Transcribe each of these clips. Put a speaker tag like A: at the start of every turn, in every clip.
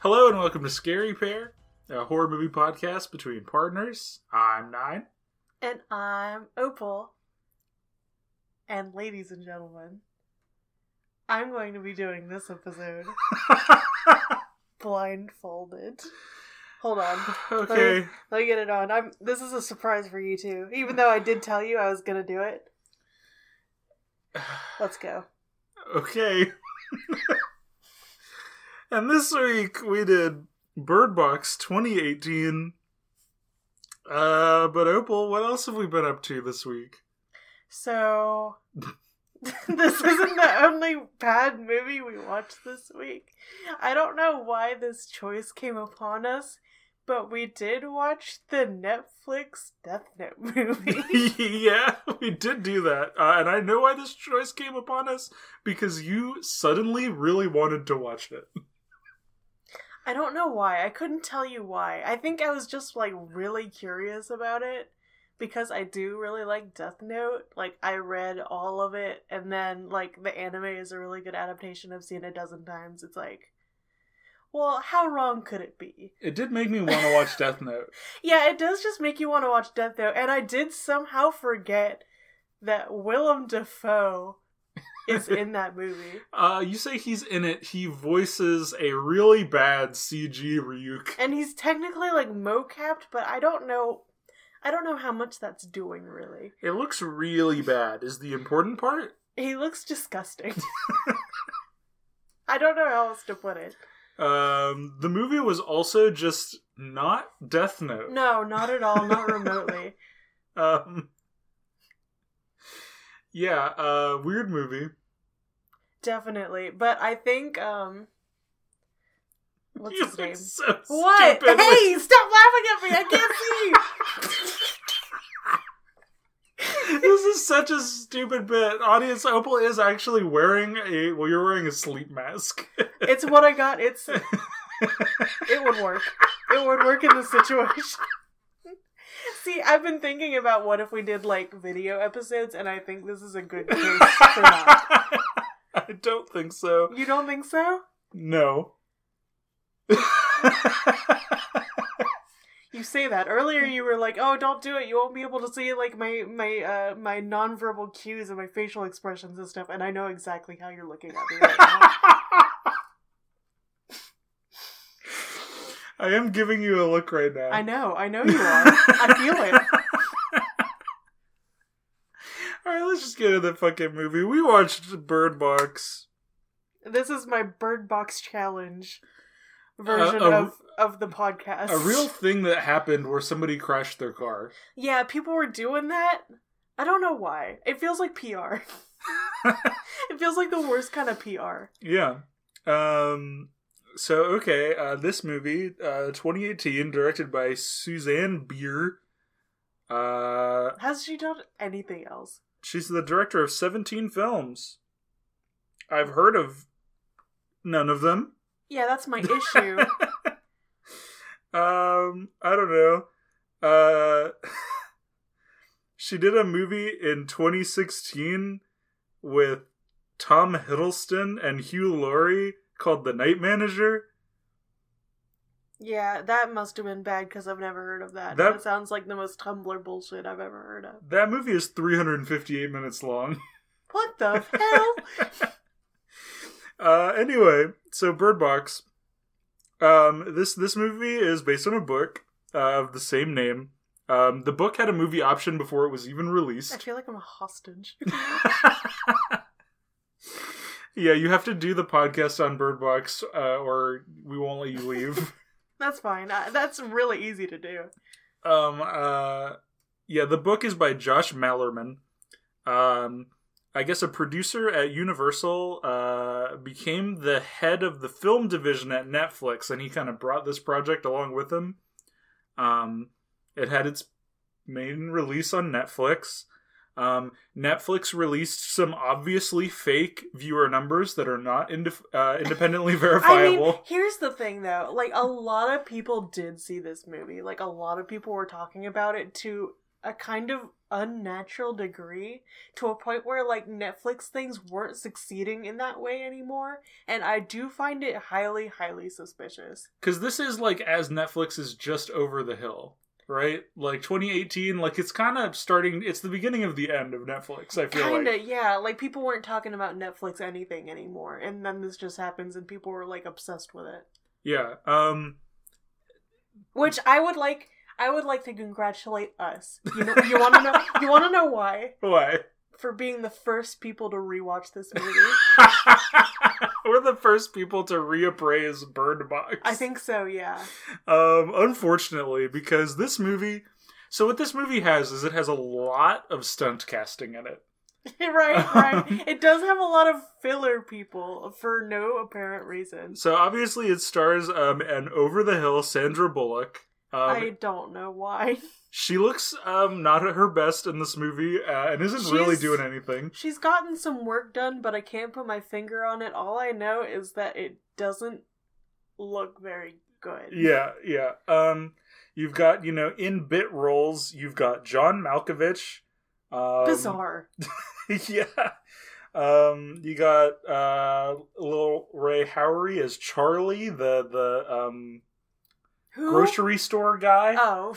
A: Hello and welcome to Scary Pair, a horror movie podcast between partners. I'm Nine.
B: And I'm Opal. And ladies and gentlemen, I'm going to be doing this episode blindfolded. Hold on.
A: okay.
B: Let me get it on. I'm this is a surprise for you too. Even though I did tell you I was gonna do it. Let's go.
A: Okay. and this week we did Bird Box 2018. Uh, but Opal, what else have we been up to this week?
B: So this isn't the only bad movie we watched this week. I don't know why this choice came upon us, but we did watch the Netflix Death Note movie.
A: yeah, we did do that. Uh, and I know why this choice came upon us because you suddenly really wanted to watch it.
B: I don't know why. I couldn't tell you why. I think I was just like really curious about it because I do really like Death Note. Like I read all of it and then like the anime is a really good adaptation. I've seen it a dozen times. It's like well, how wrong could it be?
A: It did make me want to watch Death Note.
B: Yeah, it does just make you want to watch Death Note. And I did somehow forget that Willem Dafoe is in that movie.
A: Uh, you say he's in it. He voices a really bad CG Ryuk.
B: And he's technically like mocapped, but I don't know. I don't know how much that's doing really.
A: It looks really bad. Is the important part?
B: He looks disgusting. I don't know how else to put it.
A: Um, the movie was also just not Death Note.
B: No, not at all, not remotely.
A: Um, yeah, uh, weird movie.
B: Definitely. But I think um what's
A: you
B: his
A: look
B: name?
A: So
B: What?
A: Stupid
B: Hey, stop laughing at me. I can't see you.
A: this is such a stupid bit. Audience, Opal is actually wearing a. Well, you're wearing a sleep mask.
B: It's what I got. It's it would work. It would work in this situation. See, I've been thinking about what if we did like video episodes, and I think this is a good case for that.
A: I don't think so.
B: You don't think so?
A: No.
B: You say that earlier. You were like, "Oh, don't do it. You won't be able to see like my my uh my nonverbal cues and my facial expressions and stuff." And I know exactly how you're looking at me right now.
A: I am giving you a look right now.
B: I know. I know you are. I feel it.
A: All right, let's just get into the fucking movie. We watched Bird Box.
B: This is my bird box challenge version
A: a-
B: of of the podcast.
A: A real thing that happened where somebody crashed their car.
B: Yeah, people were doing that. I don't know why. It feels like PR. it feels like the worst kind of PR.
A: Yeah. Um so okay, uh this movie, uh 2018, directed by Suzanne Beer. Uh
B: Has she done anything else?
A: she's the director of 17 films. I've heard of none of them.
B: Yeah, that's my issue.
A: Um, I don't know. Uh, she did a movie in 2016 with Tom Hiddleston and Hugh Laurie called The Night Manager.
B: yeah, that must have been bad because I've never heard of that.
A: That-
B: That sounds like the most Tumblr bullshit I've ever heard of.
A: That movie is 358 minutes long.
B: What the hell?
A: Uh, anyway, so Bird Box. Um, this this movie is based on a book uh, of the same name. Um, the book had a movie option before it was even released.
B: I feel like I'm a hostage.
A: yeah, you have to do the podcast on Bird Box, uh, or we won't let you leave.
B: That's fine. I, that's really easy to do.
A: um, uh, yeah, the book is by Josh Mallerman. Um, I guess a producer at Universal uh, became the head of the film division at Netflix, and he kind of brought this project along with him. Um, it had its main release on Netflix. Um, Netflix released some obviously fake viewer numbers that are not indef uh, independently
B: I mean,
A: verifiable.
B: here's the thing though. Like a lot of people did see this movie. Like a lot of people were talking about it to a kind of unnatural degree to a point where like Netflix things weren't succeeding in that way anymore and I do find it highly highly suspicious.
A: Because this is like as Netflix is just over the hill, right? Like 2018, like it's kind of starting. It's the beginning of the end of Netflix. I feel
B: Kinda,
A: like.
B: yeah. Like people weren't talking about Netflix anything anymore and then this just happens and people were like obsessed with it.
A: Yeah. Um.
B: Which I would like I would like to congratulate us. You know you wanna know you wanna know why?
A: Why?
B: for being the first people to rewatch this movie.
A: We're the first people to reappraise Bird Box.
B: I think so, yeah.
A: Um, unfortunately, because this movie. So what this movie has is it has a lot of stunt casting in it.
B: right, right. It does have a lot of filler people for no apparent reason.
A: So obviously it stars um an over the hill Sandra Bullock. Um,
B: I don't know why.
A: She looks um not at her best in this movie uh, and isn't really
B: She's-
A: doing anything.
B: She's gotten some work done, but I can't put my finger on it. All I know is that it doesn't look very good.
A: Yeah, yeah. Um, you've got you know in bit roles you've got John Malkovich. Um,
B: Bizarre.
A: yeah. Um, you got uh, little Ray Howery as Charlie, the the um,
B: Who?
A: grocery store guy.
B: Oh.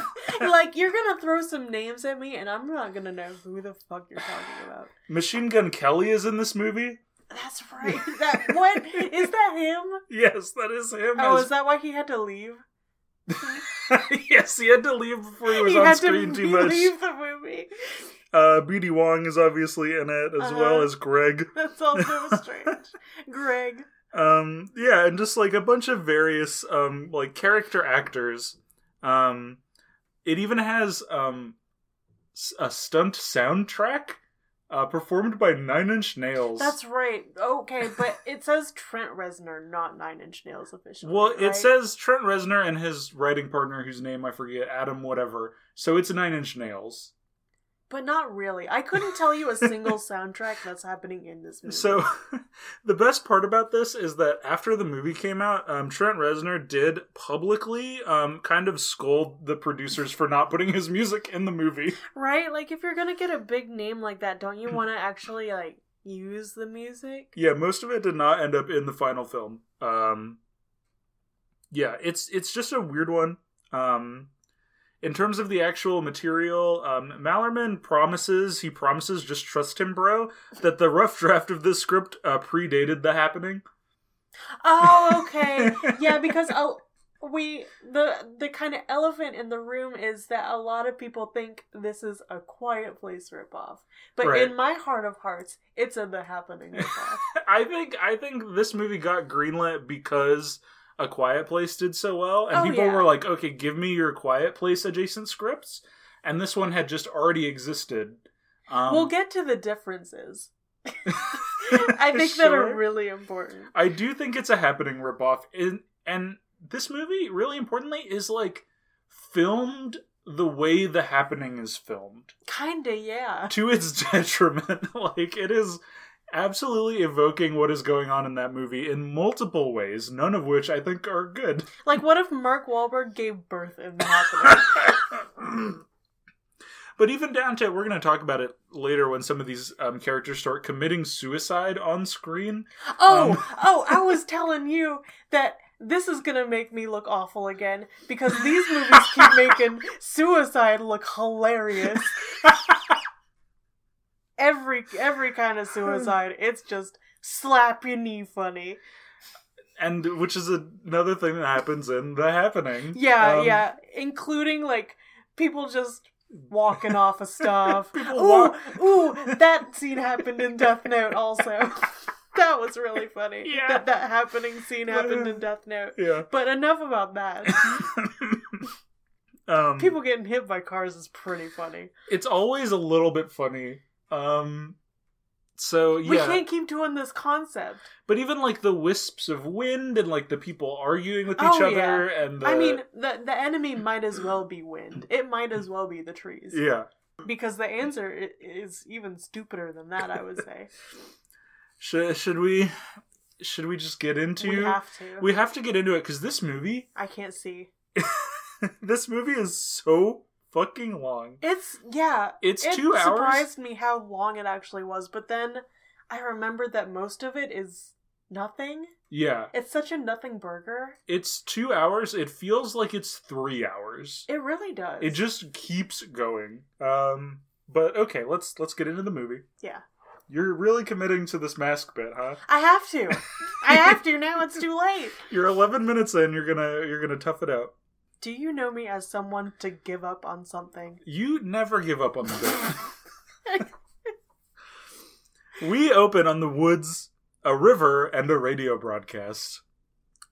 B: like, you're gonna throw some names at me, and I'm not gonna know who the fuck you're talking about.
A: Machine Gun Kelly is in this movie.
B: That's right. That what is that him?
A: Yes, that is him.
B: Oh,
A: as-
B: is that why he had to leave?
A: yes, he had to leave before he was
B: he
A: on
B: had
A: screen
B: to
A: too much.
B: leave the movie.
A: Uh, BD Wong is obviously in it as well
B: Uh-huh.
A: as Greg.
B: That's also strange. Greg.
A: um yeah and just like a bunch of various um like character actors um it even has um s- a stunt soundtrack uh performed by nine inch nails
B: That's right. Okay, but it says Trent Reznor, not Nine Inch Nails officially.
A: well it
B: right?
A: says trent reznor and his writing partner whose name i forget adam whatever so it's nine inch nails
B: but not really. I couldn't tell you a single soundtrack that's happening in this movie.
A: So, the best part about this is that after the movie came out, um, Trent Reznor did publicly um, kind of scold the producers for not putting his music in the movie.
B: right, like if you're gonna get a big name like that, don't you want to actually like use the music?
A: Yeah, most of it did not end up in the final film. Um, yeah, it's it's just a weird one. Um, in terms of the actual material, um, Mallerman promises he promises just trust him, bro. That the rough draft of this script uh, predated the happening.
B: Oh, okay. yeah, because a, we the the kind of elephant in the room is that a lot of people think this is a Quiet Place ripoff, but
A: Right.
B: in my heart of hearts, it's a The Happening ripoff.
A: I think I think this movie got greenlit because A Quiet Place did so well, and
B: Oh,
A: people
B: yeah.
A: were like, "Okay, give me your Quiet Place adjacent scripts," and this one had just already existed. Um,
B: we'll get to the differences. I think that are
A: Sure.
B: really important.
A: I do think it's a happening ripoff, and and this movie, really importantly, is like filmed the way the happening is filmed
B: Kinda, yeah.
A: to its detriment. like it is absolutely evoking what is going on in that movie in multiple ways, none of which I think are good.
B: Like, what if Mark Wahlberg gave birth in The Happening?
A: but even down to we're going to talk about it later when some of these um, characters start committing suicide on screen.
B: Oh,
A: Um.
B: oh, I was telling you that this is gonna make me look awful again because these movies keep making suicide look hilarious. every every kind
A: Hmm.
B: of suicide, it's just slap your knee funny.
A: and which is another thing that happens in the happening.
B: Yeah,
A: Um,
B: yeah, including like people just walking off of stuff.
A: People
B: ooh,
A: walk-
B: ooh, that scene happened in Death Note also. that was really funny.
A: Yeah.
B: That that happening scene happened in Death Note.
A: Yeah.
B: But enough about that.
A: um,
B: People getting hit by cars is pretty funny.
A: it's always a little bit funny. Um, so
B: We
A: yeah,
B: can't keep doing this concept.
A: but even like the wisps of wind and like the people arguing with
B: Oh,
A: each other and the,
B: I mean, the the enemy might as well be wind. It might as well be the trees.
A: yeah.
B: Because the answer i- is even stupider than that, I would say.
A: Should should we should we just get into
B: we have to.
A: we have to get into it because this movie
B: I can't see.
A: this movie is so fucking long.
B: It's yeah.
A: It's
B: it
A: two hours.
B: surprised me how long it actually was, but then I remembered that most of it is nothing.
A: Yeah.
B: It's such a nothing burger.
A: It's two hours. It feels like it's three hours.
B: It really does.
A: It just keeps going. Um but okay, let's let's get into the movie.
B: Yeah.
A: You're really committing to this mask bit, huh?
B: I have to. I have to now. It's too late.
A: You're 11 minutes in. You're gonna you're gonna tough it out.
B: Do you know me as someone to give up on something?
A: You never give up on the bit. we open on the woods, a river, and a radio broadcast.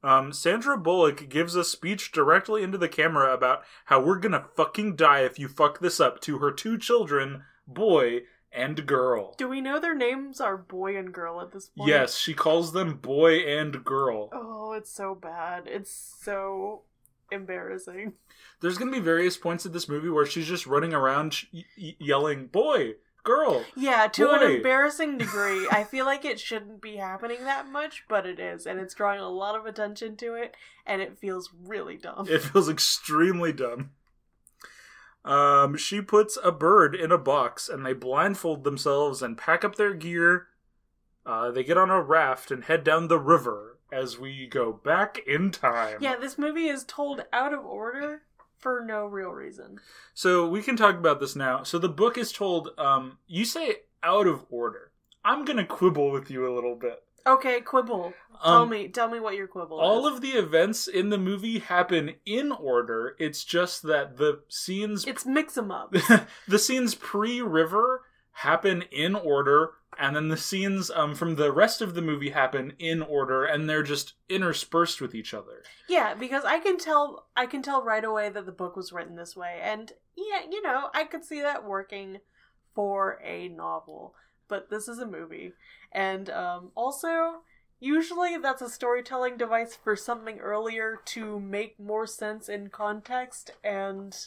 A: Um, Sandra Bullock gives a speech directly into the camera about how we're gonna fucking die if you fuck this up to her two children, boy and girl.
B: Do we know their names are boy and girl at this point?
A: Yes, she calls them boy and girl.
B: Oh, it's so bad. It's so embarrassing.
A: There's going to be various points of this movie where she's just running around sh- y- y- yelling, boy, girl.
B: Yeah, to an
A: Boy.
B: embarrassing degree. I feel like it shouldn't be happening that much, but it is, and it's drawing a lot of attention to it, and it feels really dumb.
A: It feels extremely dumb. Um, she puts a bird in a box and they blindfold themselves and pack up their gear. Uh, they get on a raft and head down the river as we go back in time.
B: Yeah, this movie is told out of order for no real reason.
A: So we can talk about this now. So the book is told, um, you say out of order. I'm going to quibble with you a little bit.
B: Okay, quibble. tell
A: Um,
B: me, tell me what your quibble
A: all
B: is.
A: of the events in the movie happen in order. It's just that the scenes
B: it's mix 'em up.
A: the scenes pre River happen in order, and then the scenes um, from the rest of the movie happen in order, and they're just interspersed with each other.
B: yeah, because I can tell, I can tell right away that the book was written this way, and yeah, you know, I could see that working for a novel, but this is a movie, and um, also. Usually, that's a storytelling device for something earlier to make more sense in context, and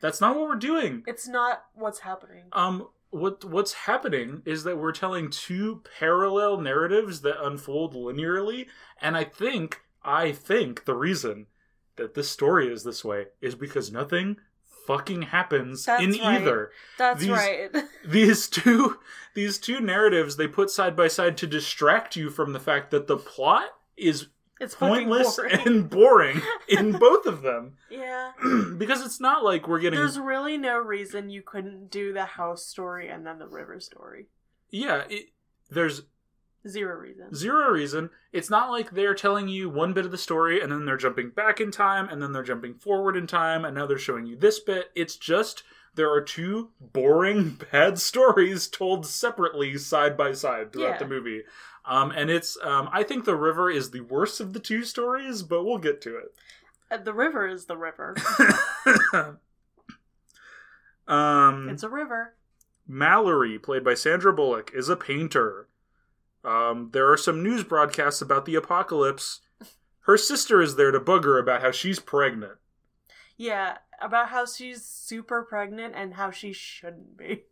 A: That's not what we're doing.
B: it's not what's happening.
A: Um, what what's happening is that we're telling two parallel narratives that unfold linearly, and I think I think the reason that this story is this way is because nothing fucking happens
B: That's
A: in
B: right.
A: either.
B: That's
A: These-
B: right.
A: These two these two narratives they put side by side to distract you from the fact that the plot is
B: It's fucking
A: pointless
B: boring.
A: and boring in both of them
B: yeah.
A: because it's not like we're getting
B: There's really no reason you couldn't do the house story and then the river story.
A: yeah, it, there's
B: Zero reason.
A: zero reason. It's not like they're telling you one bit of the story and then they're jumping back in time and then they're jumping forward in time and now they're showing you this bit. It's just there are two boring bad stories told separately side by side throughout
B: Yeah.
A: the movie. Um, and it's um, I think the river is the worst of the two stories, but we'll get to
B: Uh, the river is the river.
A: Mm-hmm. it. um,
B: it's a river.
A: Mallory, played by Sandra Bullock, is a painter. Um, there are some news broadcasts about the apocalypse. Her sister is there to bug her about how she's pregnant.
B: Yeah, about how she's super pregnant and how she shouldn't be.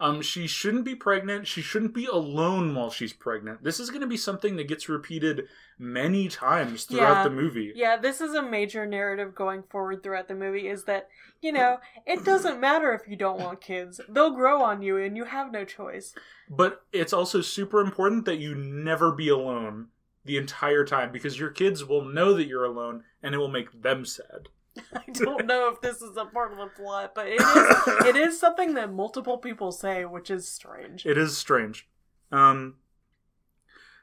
A: Um, she shouldn't be pregnant. She shouldn't be alone while she's pregnant. This is going to be something that gets repeated many times throughout
B: Yeah.
A: the movie.
B: Yeah, this is a major narrative going forward throughout the movie is that, you know, it doesn't matter if you don't want kids. They'll grow on you and you have no choice.
A: But it's also super important that you never be alone the entire time because your kids will know that you're alone and it will make them sad.
B: I don't know if this is a part of the plot, but it is it is something that multiple people say, which is strange.
A: It is strange. Um,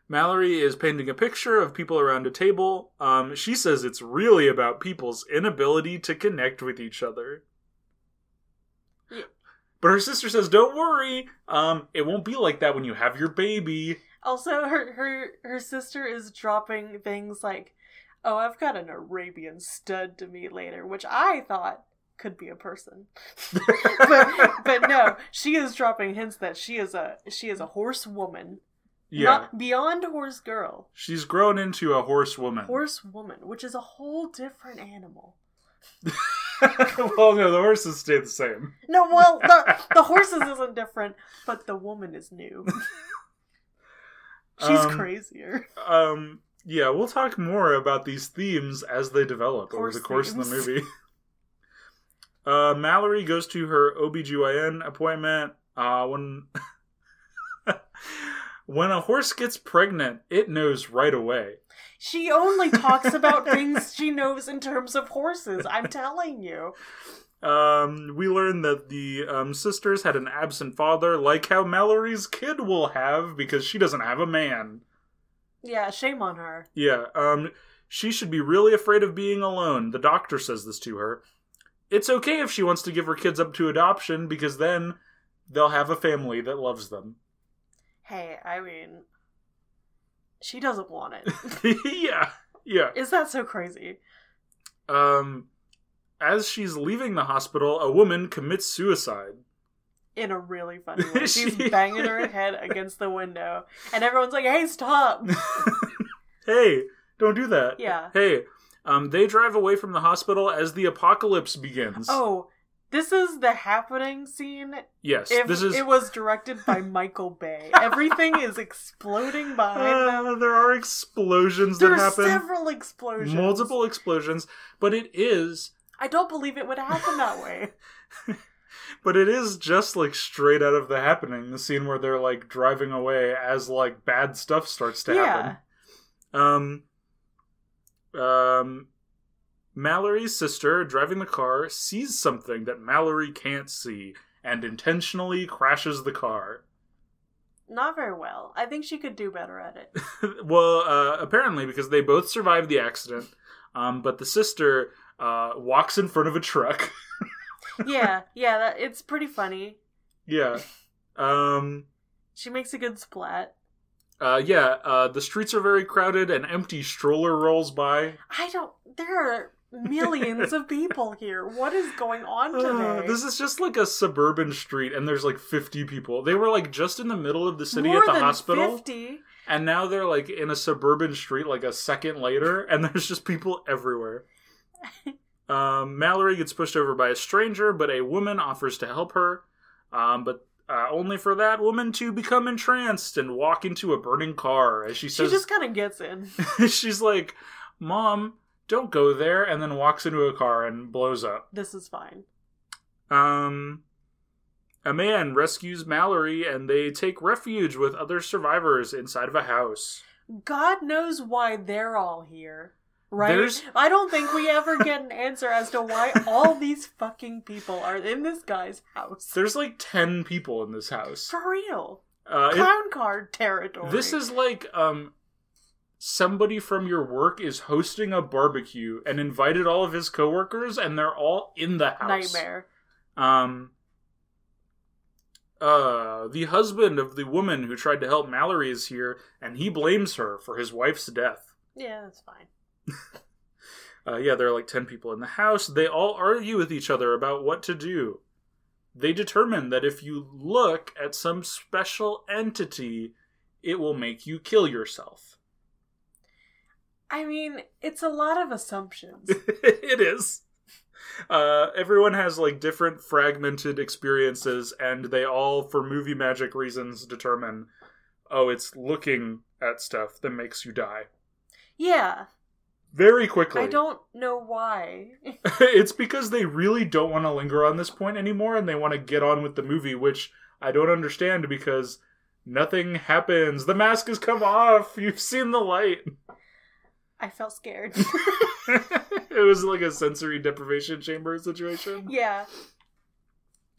A: Mallory is painting a picture of people around a table. Um, she says it's really about people's inability to connect with each other.
B: Yeah.
A: But her sister says, "Don't worry. Um, it won't be like that when you have your baby."
B: Also, her her her sister is dropping things like, "Oh, I've got an Arabian stud to meet later," which I thought could be a person, but but no, she is dropping hints that she is a she is a horse woman,
A: yeah,
B: not beyond horse girl,
A: she's grown into a horse woman.
B: horse woman, which is a whole different animal.
A: well, no, the horses stay the same.
B: No, well, the the horses isn't different, but the woman is new. She's
A: Um,
B: crazier.
A: Um, yeah, we'll talk more about these themes as they develop over
B: Horse
A: the course of
B: themes.
A: the movie. Uh, Mallory goes to her OBGYN appointment. Uh, when when a horse gets pregnant, it knows right away.
B: She only talks about things she knows in terms of horses. I'm telling you.
A: Um, we learn that the um, sisters had an absent father, like how Mallory's kid will have because she doesn't have a man.
B: Yeah, shame on her.
A: Yeah, um, she should be really afraid of being alone. The doctor says this to her. It's okay if she wants to give her kids up to adoption because then they'll have a family that loves them.
B: Hey, I mean, she doesn't want it.
A: yeah, yeah.
B: Is that so crazy?
A: Um, as she's leaving the hospital, a woman commits suicide.
B: In a really funny way.
A: She-
B: She's banging her head against the window, and everyone's like, hey, stop.
A: hey, don't do that.
B: Yeah.
A: Hey, um, they drive away from the hospital as the apocalypse begins.
B: Oh, this is the happening scene.
A: yes,
B: If
A: this is.
B: it was directed by Michael Bay, everything is exploding behind them.
A: Uh, there are explosions
B: There
A: that
B: are
A: happen.
B: several explosions.
A: Multiple explosions, but it is,
B: I don't believe it would happen that way.
A: but it is just like straight out of the happening. The scene where they're like driving away as like bad stuff starts to happen. Um, um, Mallory's sister driving the car sees something that Mallory can't see and intentionally crashes the car.
B: Not very well. I think she could do better at it.
A: well, uh, apparently because they both survived the accident, um, but the sister uh, walks in front of a truck.
B: yeah, yeah, that, it's pretty funny.
A: yeah. Um,
B: She makes a good splat.
A: uh, yeah, uh, the streets are very crowded. An empty stroller rolls by.
B: I don't. There are millions of people here. What is going on
A: Uh,
B: today?
A: this is just like a suburban street, and there's like 50 people. They were like just in the middle of the city
B: More
A: at the
B: than
A: hospital,
B: Fifty.
A: and now they're like in a suburban street like a second later, and there's just people everywhere. um, Mallory gets pushed over by a stranger, but a woman offers to help her, um, but uh, only for that woman to become entranced and walk into a burning car. As she
B: She
A: says,
B: just kind of gets in.
A: she's like, "Mom, don't go there," and then walks into a car and blows up.
B: This is fine.
A: Um, a man rescues Mallory, and they take refuge with other survivors inside of a house.
B: God knows why they're all here. Right?
A: There's-
B: I don't think we ever get an answer as to why all these fucking people are in this guy's house.
A: There's like ten people in this house.
B: For real.
A: Uh, it-
B: Clown card territory.
A: this is like um, somebody from your work is hosting a barbecue and invited all of his coworkers, and they're all in the house.
B: nightmare.
A: Um. Uh, the husband of the woman who tried to help Mallory is here, and he blames her for his wife's death.
B: Yeah, that's fine.
A: Uh, yeah, there are like 10 people in the house. They all argue with each other about what to do. They determine that if you look at some special entity, it will make you kill yourself.
B: I mean, it's a lot of assumptions.
A: it is. Uh, everyone has like different fragmented experiences, and they all, for movie magic reasons, determine oh, it's looking at stuff that makes you die.
B: yeah.
A: Very quickly.
B: I don't know why.
A: it's because they really don't want to linger on this point anymore and they want to get on with the movie, which I don't understand because nothing happens. The mask has come off. You've seen the light.
B: I felt scared.
A: it was like a sensory deprivation chamber situation.
B: yeah.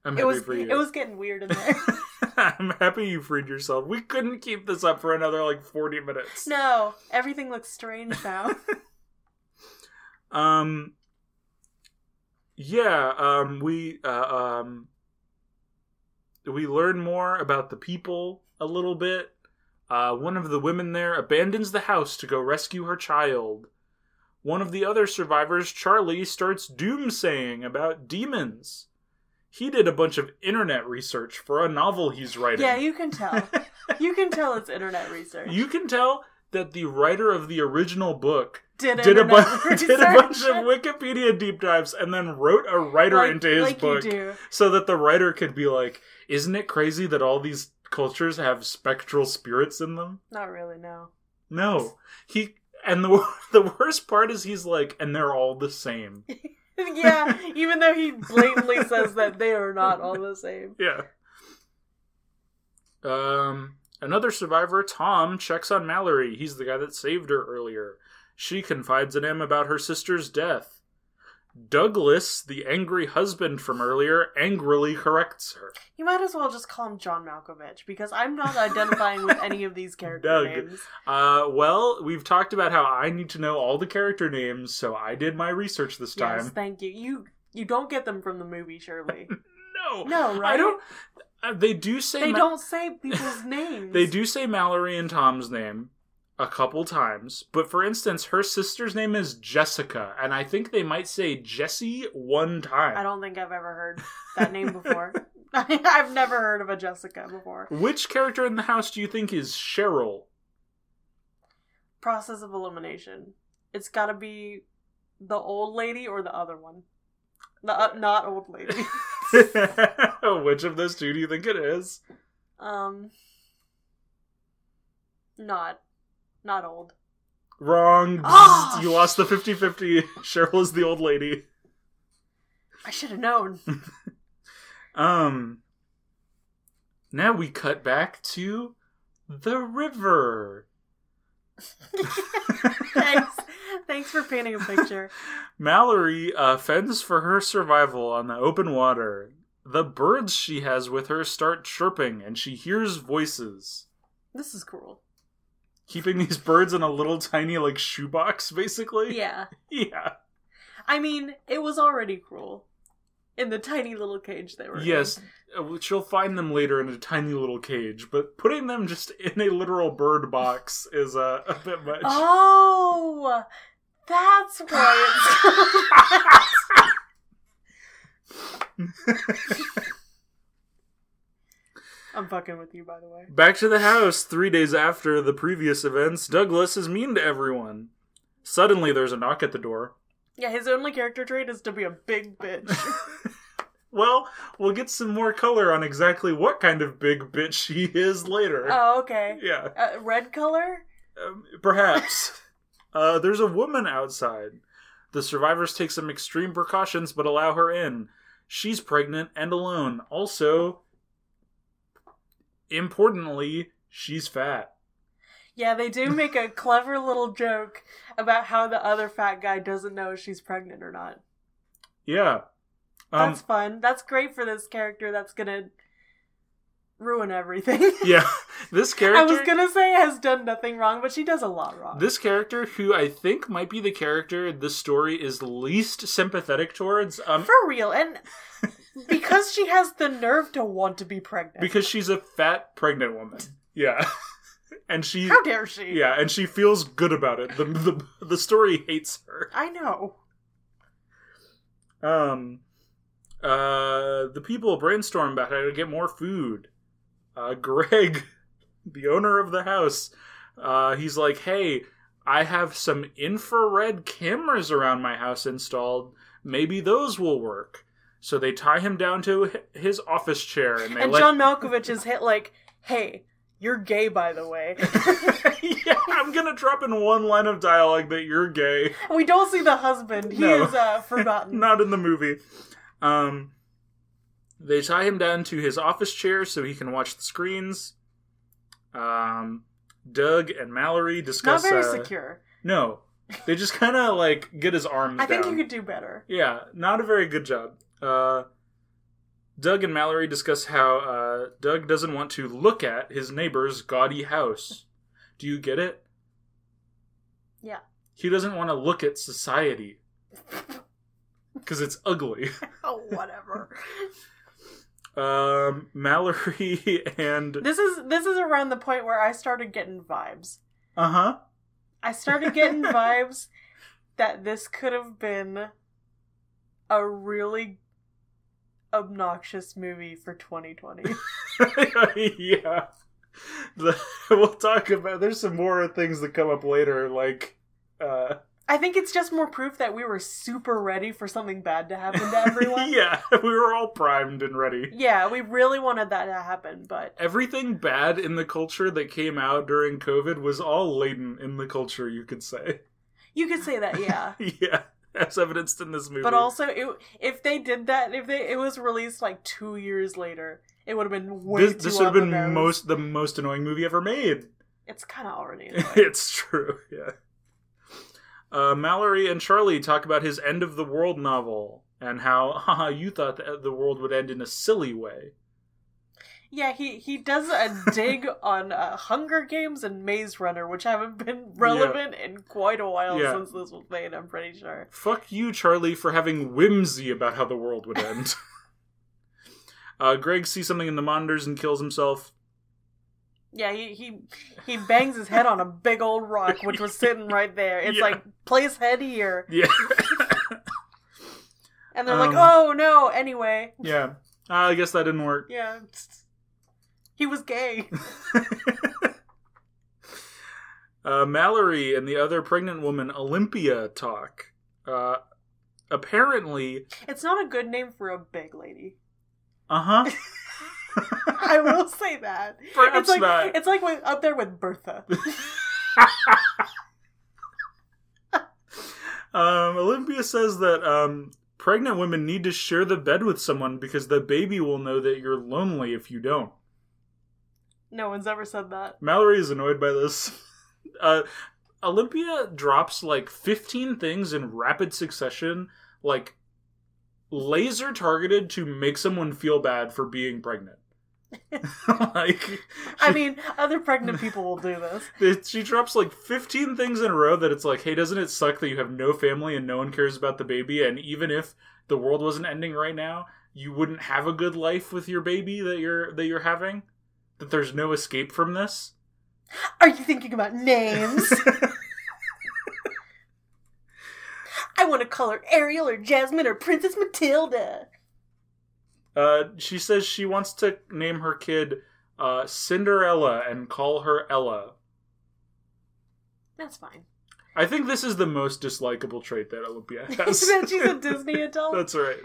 A: I'm happy
B: It was
A: for you.
B: it was getting weird in there.
A: I'm happy you freed yourself. We couldn't keep this up for another like 40 minutes.
B: no, everything looks strange now.
A: Um yeah, um we uh, um we learn more about the people a little bit. Uh one of the women there abandons the house to go rescue her child. One of the other survivors, Charlie, starts doomsaying about demons. He did a bunch of internet research for a novel he's writing.
B: yeah, you can tell. You can tell it's internet research.
A: you can tell that the writer of the original book
B: did,
A: did a,
B: internet
A: bu-
B: research.
A: did a bunch of Wikipedia deep dives and then wrote a writer
B: Like-
A: into his
B: like
A: book
B: You do.
A: so that the writer could be like, isn't it crazy that all these cultures have spectral spirits in them?
B: Not really, no.
A: No. He and the the worst part is he's like, and they're all the same.
B: yeah, even though he blatantly says that they are not all the same.
A: Yeah. Um, another survivor, Tom, checks on Mallory. He's the guy that saved her earlier. She confides in him about her sister's death. Douglas, the angry husband from earlier, angrily corrects her.
B: You might as well just call him John Malkovich because I'm not identifying with any of these character
A: Doug.
B: names.
A: Uh, well, we've talked about how I need to know all the character names, so I did my research this time.
B: Yes, thank you. You you don't get them from the movie, surely.
A: No,
B: No, right?
A: I don't. Uh, they do say
B: They
A: Ma-
B: don't say people's names.
A: They do say Mallory and Tom's name a couple times, but for instance, her sister's name is Jessica, and I think they might say Jessie one time.
B: I don't think I've ever heard that name before. I've never heard of a Jessica before.
A: Which character in the house do you think is Cheryl?
B: Process of elimination. It's got to be the old lady or the other one. The uh, not old lady.
A: Which of those two do you think it is?
B: Um not not old.
A: Wrong.
B: Ah!
A: You lost the 50 50. Cheryl is the old lady.
B: I should have known.
A: Um. Now we cut back to the river.
B: Thanks. Thanks for painting a picture.
A: Mallory uh, fends for her survival on the open water. The birds she has with her start chirping, and she hears voices.
B: This is cool.
A: Keeping these birds in a little tiny, like, shoebox, basically?
B: Yeah.
A: Yeah.
B: I mean, it was already cruel in the tiny little cage they were in.
A: Yes. uh, well, She'll find them later in a tiny little cage, but putting them just in a literal bird box is uh, a bit much.
B: Oh, that's why it's. I'm fucking with you, by the way.
A: Back to the house, three days after the previous events, Douglas is mean to everyone. Suddenly, there's a knock at the door.
B: Yeah, his only character trait is to be a big bitch.
A: Well, we'll get some more color on exactly what kind of big bitch he is later.
B: oh, okay.
A: Yeah,
B: Uh, red color?
A: um, perhaps. uh, there's a woman outside. The survivors take some extreme precautions but allow her in. She's pregnant and alone. Also, importantly, she's fat.
B: Yeah, they do make a clever little joke about how the other fat guy doesn't know if she's pregnant or not.
A: Yeah. Um,
B: That's fun. That's great for this character that's gonna ruin everything.
A: yeah. This character.
B: I was gonna say has done nothing wrong, but she does a lot wrong.
A: This character, who I think might be the character the story is least sympathetic towards, um,
B: For real, and because she has the nerve to want to be pregnant.
A: because she's a fat pregnant woman. Yeah, and she
B: how dare she?
A: yeah, and she feels good about it. The the the story hates her.
B: I know.
A: Um, uh, the people brainstorm about how to get more food. Uh, Greg, the owner of the house, uh, he's like, hey. I have some infrared cameras around my house installed. Maybe those will work. So they tie him down to h- his office chair, and they
B: And
A: let
B: John Malkovich is hit like, hey, you're gay by the way.
A: yeah, I'm gonna drop in one line of dialogue that you're gay.
B: we don't see the husband. He
A: No.
B: is uh, forgotten.
A: Not in the movie. Um, they tie him down to his office chair so he can watch the screens. Um, Doug and Mallory
B: Not
A: discuss.
B: very
A: uh,
B: secure.
A: No, they just kind of like get his arms.
B: I think
A: down.
B: you could do better.
A: Yeah, not a very good job. Uh, Doug and Mallory discuss how uh, Doug doesn't want to look at his neighbor's gaudy house. Do you get it?
B: Yeah.
A: He doesn't want to look at society because it's ugly.
B: oh, whatever.
A: Um, Mallory and.
B: this is this is around the point where I started getting vibes.
A: Uh huh.
B: I started getting vibes that this could have been a really obnoxious movie for 2020.
A: yeah. The, we'll talk about. There's some more things that come up later, like. Uh,
B: I think it's just more proof that we were super ready for something bad to happen to everyone. yeah.
A: yeah, we were all primed and ready.
B: we really wanted that to happen, but
A: everything bad in the culture that came out during COVID was all latent in the culture, you could say.
B: you could say that, yeah.
A: yeah. as evidenced in this movie.
B: But also, it, if they did that, if they it was released like two years later, it would have been way
A: this,
B: too.
A: this would have
B: on the
A: been
B: nose.
A: most the most annoying movie ever made.
B: It's kind of already. annoying.
A: it's true, yeah. Uh, Mallory and Charlie talk about his end of the world novel and how, haha, you thought that the world would end in a silly way.
B: yeah, he he does a dig on uh, Hunger Games and Maze Runner, which haven't been relevant in quite a while
A: Yeah.
B: since this was made. I'm pretty sure.
A: Fuck you, Charlie, for having whimsy about how the world would end. uh, Greg sees something in the monitors and kills himself.
B: Yeah, he he he bangs his head on a big old rock, which was sitting right there. It's
A: Yeah.
B: like place head here,
A: Yeah.
B: and they're
A: Um,
B: like, "Oh no!" Anyway,
A: yeah. I guess that didn't work.
B: yeah, he was gay.
A: uh, Mallory and the other pregnant woman, Olympia, talk. Uh, apparently,
B: It's not a good name for a big lady.
A: uh huh.
B: I will say that.
A: Perhaps
B: it's like
A: not.
B: it's like with, up there with Bertha.
A: Um, Olympia says that um, pregnant women need to share the bed with someone because the baby will know that you're lonely if you don't.
B: No one's ever said that.
A: Mallory is annoyed by this. Uh, Olympia drops like 15 things in rapid succession, like laser targeted to make someone feel bad for being pregnant. like
B: I mean, other pregnant people will do this.
A: it- she drops like 15 things in a row that it's like, hey, doesn't it suck that you have no family and no one cares about the baby? And even if the world wasn't ending right now, you wouldn't have a good life with your baby that you're that you're having. That there's no escape from this.
B: Are you thinking about names? I want to call her Ariel or Jasmine or Princess Matilda.
A: Uh, she says she wants to name her kid uh, Cinderella and call her Ella.
B: That's fine.
A: I think this is the most dislikable trait that Olympia has.
B: That she's a Disney adult.
A: That's right.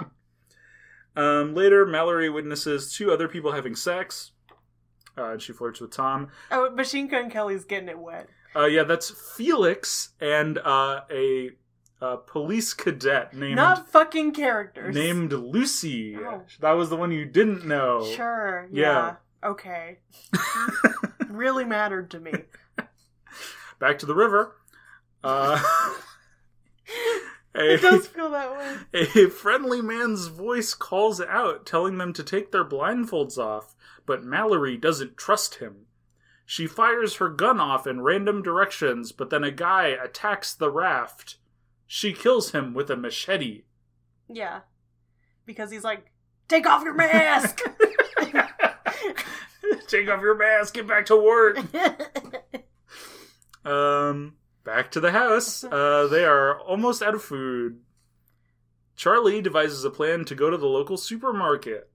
A: Um, later, Mallory witnesses two other people having sex. Uh, and she flirts with Tom.
B: Oh, Machine Gun Kelly's getting it wet.
A: Uh, yeah, that's Felix and uh, a, uh police cadet named
B: Not fucking characters.
A: named Lucy.
B: Oh.
A: That was the one you didn't know.
B: Sure.
A: Yeah.
B: Yeah. Okay. really mattered to me.
A: Back to the river. Uh, a-
B: It does feel that way.
A: A friendly man's voice calls out, telling them to take their blindfolds off, but Mallory doesn't trust him. She fires her gun off in random directions, but then a guy attacks the raft. She kills him with a machete.
B: Yeah. Because he's like, take off your mask!
A: Take off your mask, get back to work. Um, back to the house. Uh, they are almost out of food. Charlie devises a plan to go to the local supermarket.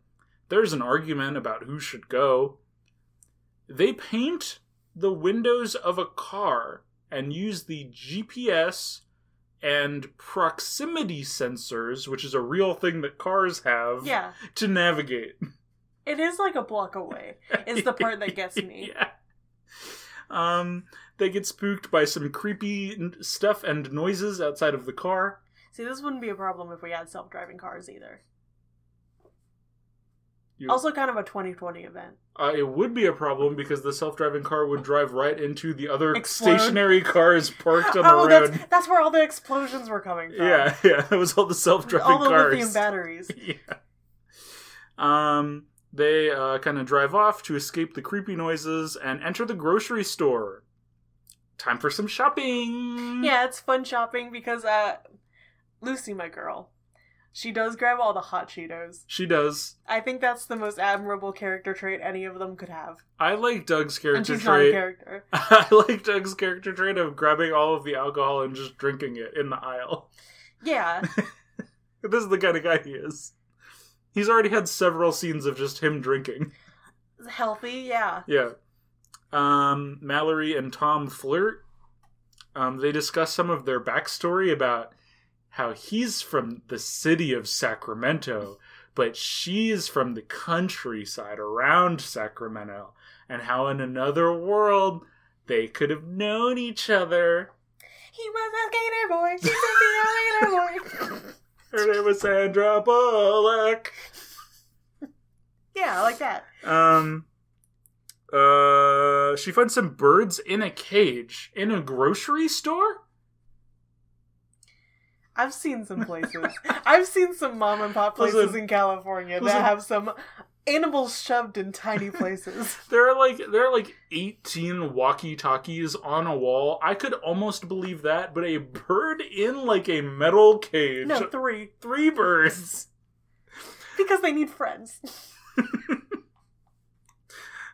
A: There's an argument about who should go. They paint the windows of a car and use the GPS and proximity sensors, which is a real thing that cars have,
B: yeah.
A: to navigate.
B: It is like a block away, is the part that gets me.
A: yeah. Um, they get spooked by some creepy n- stuff and noises outside of the car.
B: See, this wouldn't be a problem if we had self driving cars either.
A: You-
B: Also, kind of a 2020 event.
A: uh, it would be a problem because the self-driving car would drive right into the other
B: Explode.
A: stationary cars parked on the
B: oh,
A: road.
B: that's, that's where all the explosions were coming from.
A: Yeah, yeah, that was all the self-driving
B: All the
A: cars.
B: lithium batteries.
A: yeah. Um, they uh, kind of drive off to escape the creepy noises and enter the grocery store. Time for some shopping.
B: Yeah, it's fun shopping because uh, Lucy, my girl, she does grab all the hot Cheetos.
A: she does.
B: I think that's the most admirable character trait any of them could have.
A: I like Doug's
B: And
A: character
B: she's not a
A: trait.
B: character.
A: I like Doug's character trait of grabbing all of the alcohol and just drinking it in the aisle.
B: Yeah,
A: This is the kind of guy he is. He's already had several scenes of just him drinking.
B: healthy, yeah.
A: Yeah. Um, Mallory and Tom flirt. Um, they discuss some of their backstory about how he's from the city of Sacramento, but she is from the countryside around Sacramento, and how in another world they could have known each other.
B: He was a skater boy. She was a skater boy.
A: Her name was Sandra Bullock.
B: yeah, like that.
A: Um, uh, she finds some birds in a cage in a grocery store.
B: I've seen some places. I've seen some mom and pop places
A: Listen,
B: in California
A: listen.
B: that have some animals shoved in tiny places.
A: There are like there are like eighteen walkie talkies on a wall. I could almost believe that, but a bird in like a metal cage.
B: no, three.
A: Three birds.
B: Because they need friends.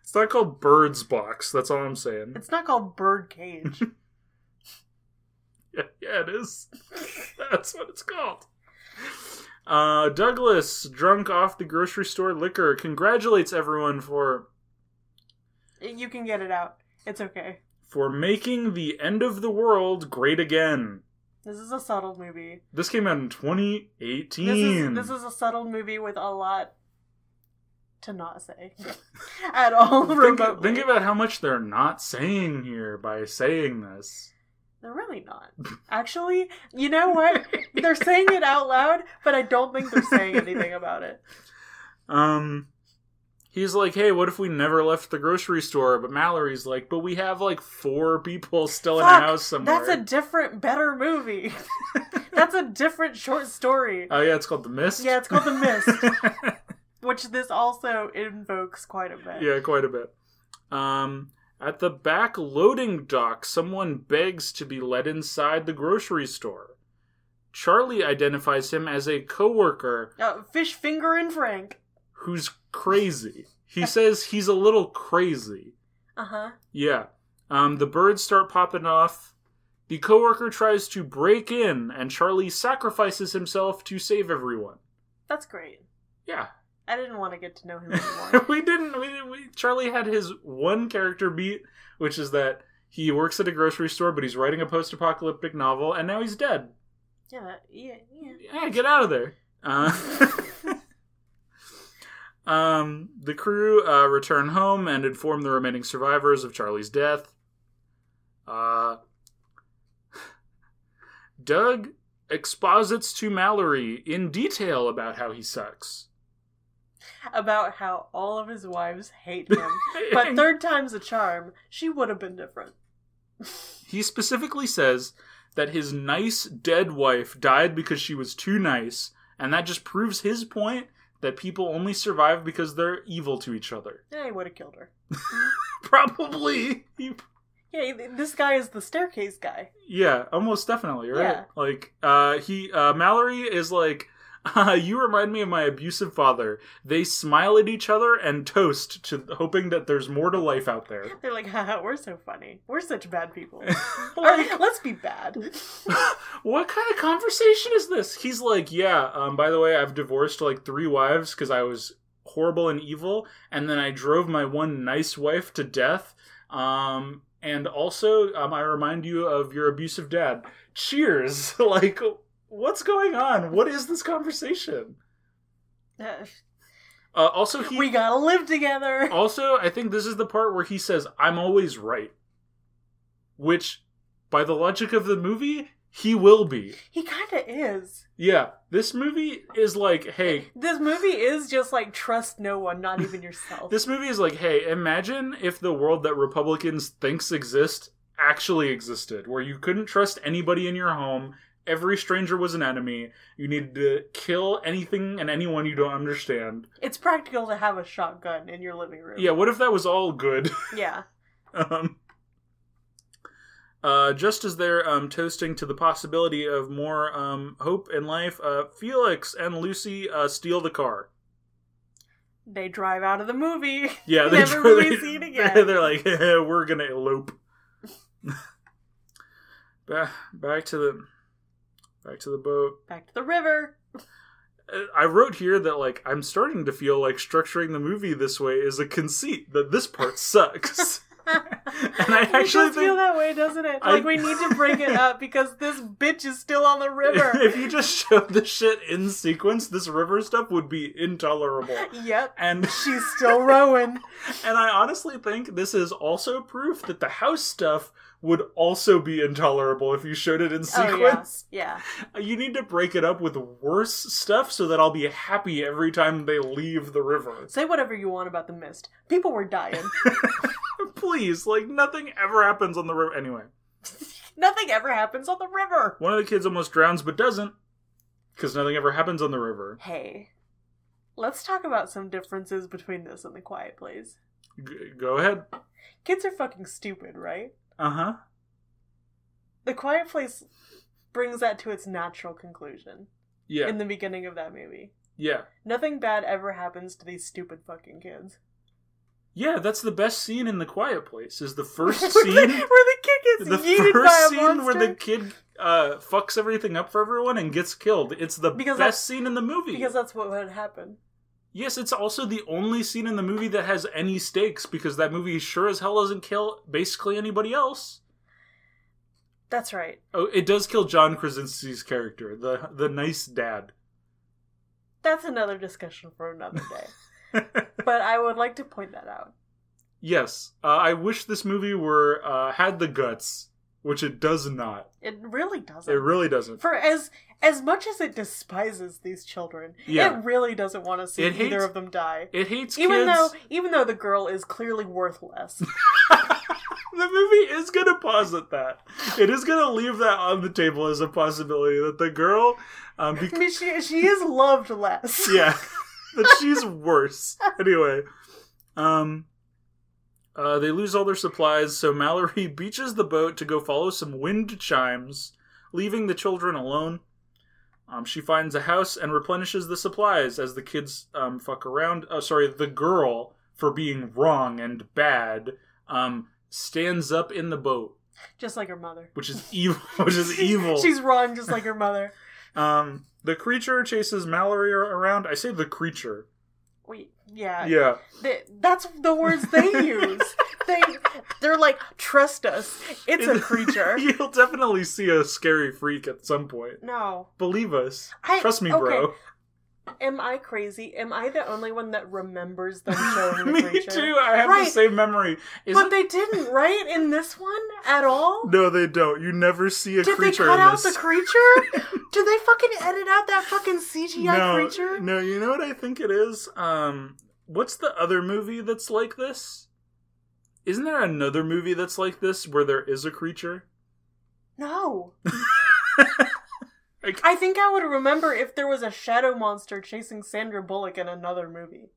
A: It's not called Birds Box. That's all I'm saying.
B: It's not called bird cage.
A: Yeah, yeah, it is. That's what it's called. Uh, Douglas, drunk off the grocery store liquor, congratulates everyone for
B: you can get it out. It's okay.
A: for making the end of the world great again.
B: This is a subtle movie.
A: This came out in
B: This
A: 2018.
B: is, this is a subtle movie with a lot to not say at all.
A: think,
B: remotely.
A: think about how much they're not saying here by saying this.
B: They're really not. Actually, you know what? they're saying it out loud, but I don't think they're saying anything about it.
A: Um, he's like, "Hey, what if we never left the grocery store?" But Mallory's like, "But we have like four people still in a
B: Fuck,
A: house somewhere."
B: That's a different, better movie. That's a different short story.
A: Oh yeah, it's called the mist.
B: Yeah, it's called The Mist, which this also invokes quite a bit.
A: yeah, quite a bit. Um, at the back loading dock, someone begs to be let inside the grocery store. Charlie identifies him as a coworker
B: Uh, Fish Finger and Frank.
A: who's crazy. He says he's a little crazy.
B: Uh huh.
A: Yeah. Um, the birds start popping off. The coworker tries to break in, and Charlie sacrifices himself to save everyone.
B: That's great.
A: Yeah,
B: I didn't want to get to know him anymore.
A: we didn't. We, didn't- we Charlie had his one character beat, which is that he works at a grocery store, but he's writing a post-apocalyptic novel, and now he's dead.
B: yeah, that- yeah, yeah.
A: Yeah, get out of there. Uh, um, the crew uh, return home and inform the remaining survivors of Charlie's death. Uh, Doug exposits to Mallory in detail about how he sucks.
B: About how all of his wives hate him. but third time's a charm. She would have been different.
A: He specifically says that his nice dead wife died because she was too nice, and that just proves his point that people only survive because they're evil to each other.
B: Yeah, he would have killed her.
A: Probably. He-
B: Yeah, th- this guy is the staircase guy.
A: Yeah, almost definitely, right?
B: Yeah.
A: Like uh he uh Mallory is like uh, you remind me of my abusive father. They smile at each other and toast to hoping that there's more to life out there.
B: They're like, haha, we're so funny. We're such bad people.
A: Like,
B: Or, Let's be bad.
A: what kind of conversation is this? He's like, yeah. Um, by the way, I've divorced like three wives because I was horrible and evil, and then I drove my one nice wife to death. Um, and also, um, I remind you of your abusive dad. Cheers. like, what's going on? What is this conversation?
B: Uh,
A: Uh, also, he.
B: we gotta live together.
A: also, I think this is the part where he says, "I'm always right," which, by the logic of the movie, he will be.
B: He kinda is.
A: Yeah, this movie is like, hey,
B: This movie is just like trust no one, not even yourself.
A: this movie is like, hey, imagine if the world that Republicans thinks exists actually existed, where you couldn't trust anybody in your home, every stranger was an enemy, you needed to kill anything and anyone you don't understand.
B: it's practical to have a shotgun in your living room.
A: Yeah, what if that was all good?
B: Yeah.
A: um, uh, just as they're um, toasting to the possibility of more um, hope in life, uh, Felix and Lucy uh, steal the car.
B: They drive out of the movie.
A: Yeah, they
B: Never
A: try-
B: really
A: they-
B: see it again.
A: They're like, "Eh, we're gonna elope. back, back to the, back to the boat.
B: Back to the river.
A: Uh, I wrote here that like I'm starting to feel like structuring the movie this way is a conceit that this part sucks. And I actually
B: just feel
A: think
B: that way, doesn't it?
A: I-
B: Like we need to break it up because this bitch is still on the river.
A: if you just showed the shit in sequence, this river stuff would be intolerable.
B: yep,
A: And
B: she's still rowing.
A: and I honestly think this is also proof that the house stuff would also be intolerable if you showed it in
B: Oh
A: sequence.
B: yes, yeah.
A: You need to break it up with worse stuff so that I'll be happy every time they leave the river.
B: Say whatever you want about the mist. People were dying.
A: Please, like nothing ever happens on the river anyway.
B: Nothing ever happens on the river.
A: One of the kids almost drowns but doesn't because nothing ever happens on the river.
B: Hey, let's talk about some differences between this and the Quiet Place.
A: G- go ahead.
B: Kids are fucking stupid, right?
A: Uh-huh.
B: The Quiet Place brings that to its natural conclusion
A: Yeah.
B: in the beginning of that movie.
A: yeah.
B: Nothing bad ever happens to these stupid fucking kids.
A: Yeah, that's the best scene in The Quiet Place. Is the first
B: where
A: scene
B: the kid gets
A: the
B: yeeted by
A: first
B: a
A: scene where the
B: monster?
A: kid uh, fucks everything up for everyone and gets killed. It's the
B: Because that-
A: best scene in the movie.
B: Because that's what would happen.
A: yes, it's also the only scene in the movie that has any stakes because that movie sure as hell doesn't kill basically anybody else.
B: That's right.
A: Oh, it does kill John Krasinski's character, the the nice dad.
B: That's another discussion for another day. but I would like to point that out.
A: Yes, uh, I wish this movie were uh, had the guts, which it does not.
B: It really
A: It
B: doesn't.
A: really doesn't.
B: for as as much as it despises these children,
A: Yeah.
B: it really doesn't want to see
A: It
B: either
A: hates-
B: of them die.
A: It hates
B: Even
A: kids.
B: though even though the girl is clearly worthless.
A: the movie is gonna posit that. It is gonna leave that on the table as a possibility that the girl, um,
B: I
A: bec-
B: mean she she is loved less.
A: yeah, that she's worse. Anyway, um, uh, they lose all their supplies, so Mallory beaches the boat to go follow some wind chimes, leaving the children alone. Um, she finds a house and replenishes the supplies as the kids um, fuck around. Oh, sorry, the girl for being wrong and bad um, stands up in the boat
B: Just like her mother.
A: which is evil. Which is evil.
B: She's wrong just like her mother.
A: um, the creature chases Mallory around. I say the creature.
B: We yeah.
A: Yeah,
B: Th- that's the words they use. they they're like trust us. It's a creature.
A: You'll definitely see a scary freak at some point.
B: No.
A: Believe us.
B: I-
A: Trust me,
B: okay. Am I crazy? Am I the only one that remembers them
A: bro.
B: showing the
A: me
B: creature?
A: too. I have the
B: Right.
A: same memory. Is
B: But
A: it-
B: they didn't, right? In this one at all?
A: No, they don't. You never see a
B: Did they
A: creature
B: cut
A: in
B: out
A: this.
B: the creature? Did they fucking edit out that fucking CGI
A: no,
B: creature?
A: no. You know what I think it is. Um, what's the other movie that's like this? Isn't there another movie that's like this where there is a creature?
B: No.
A: Like-
B: I think I would remember if there was a shadow monster chasing Sandra Bullock in another movie.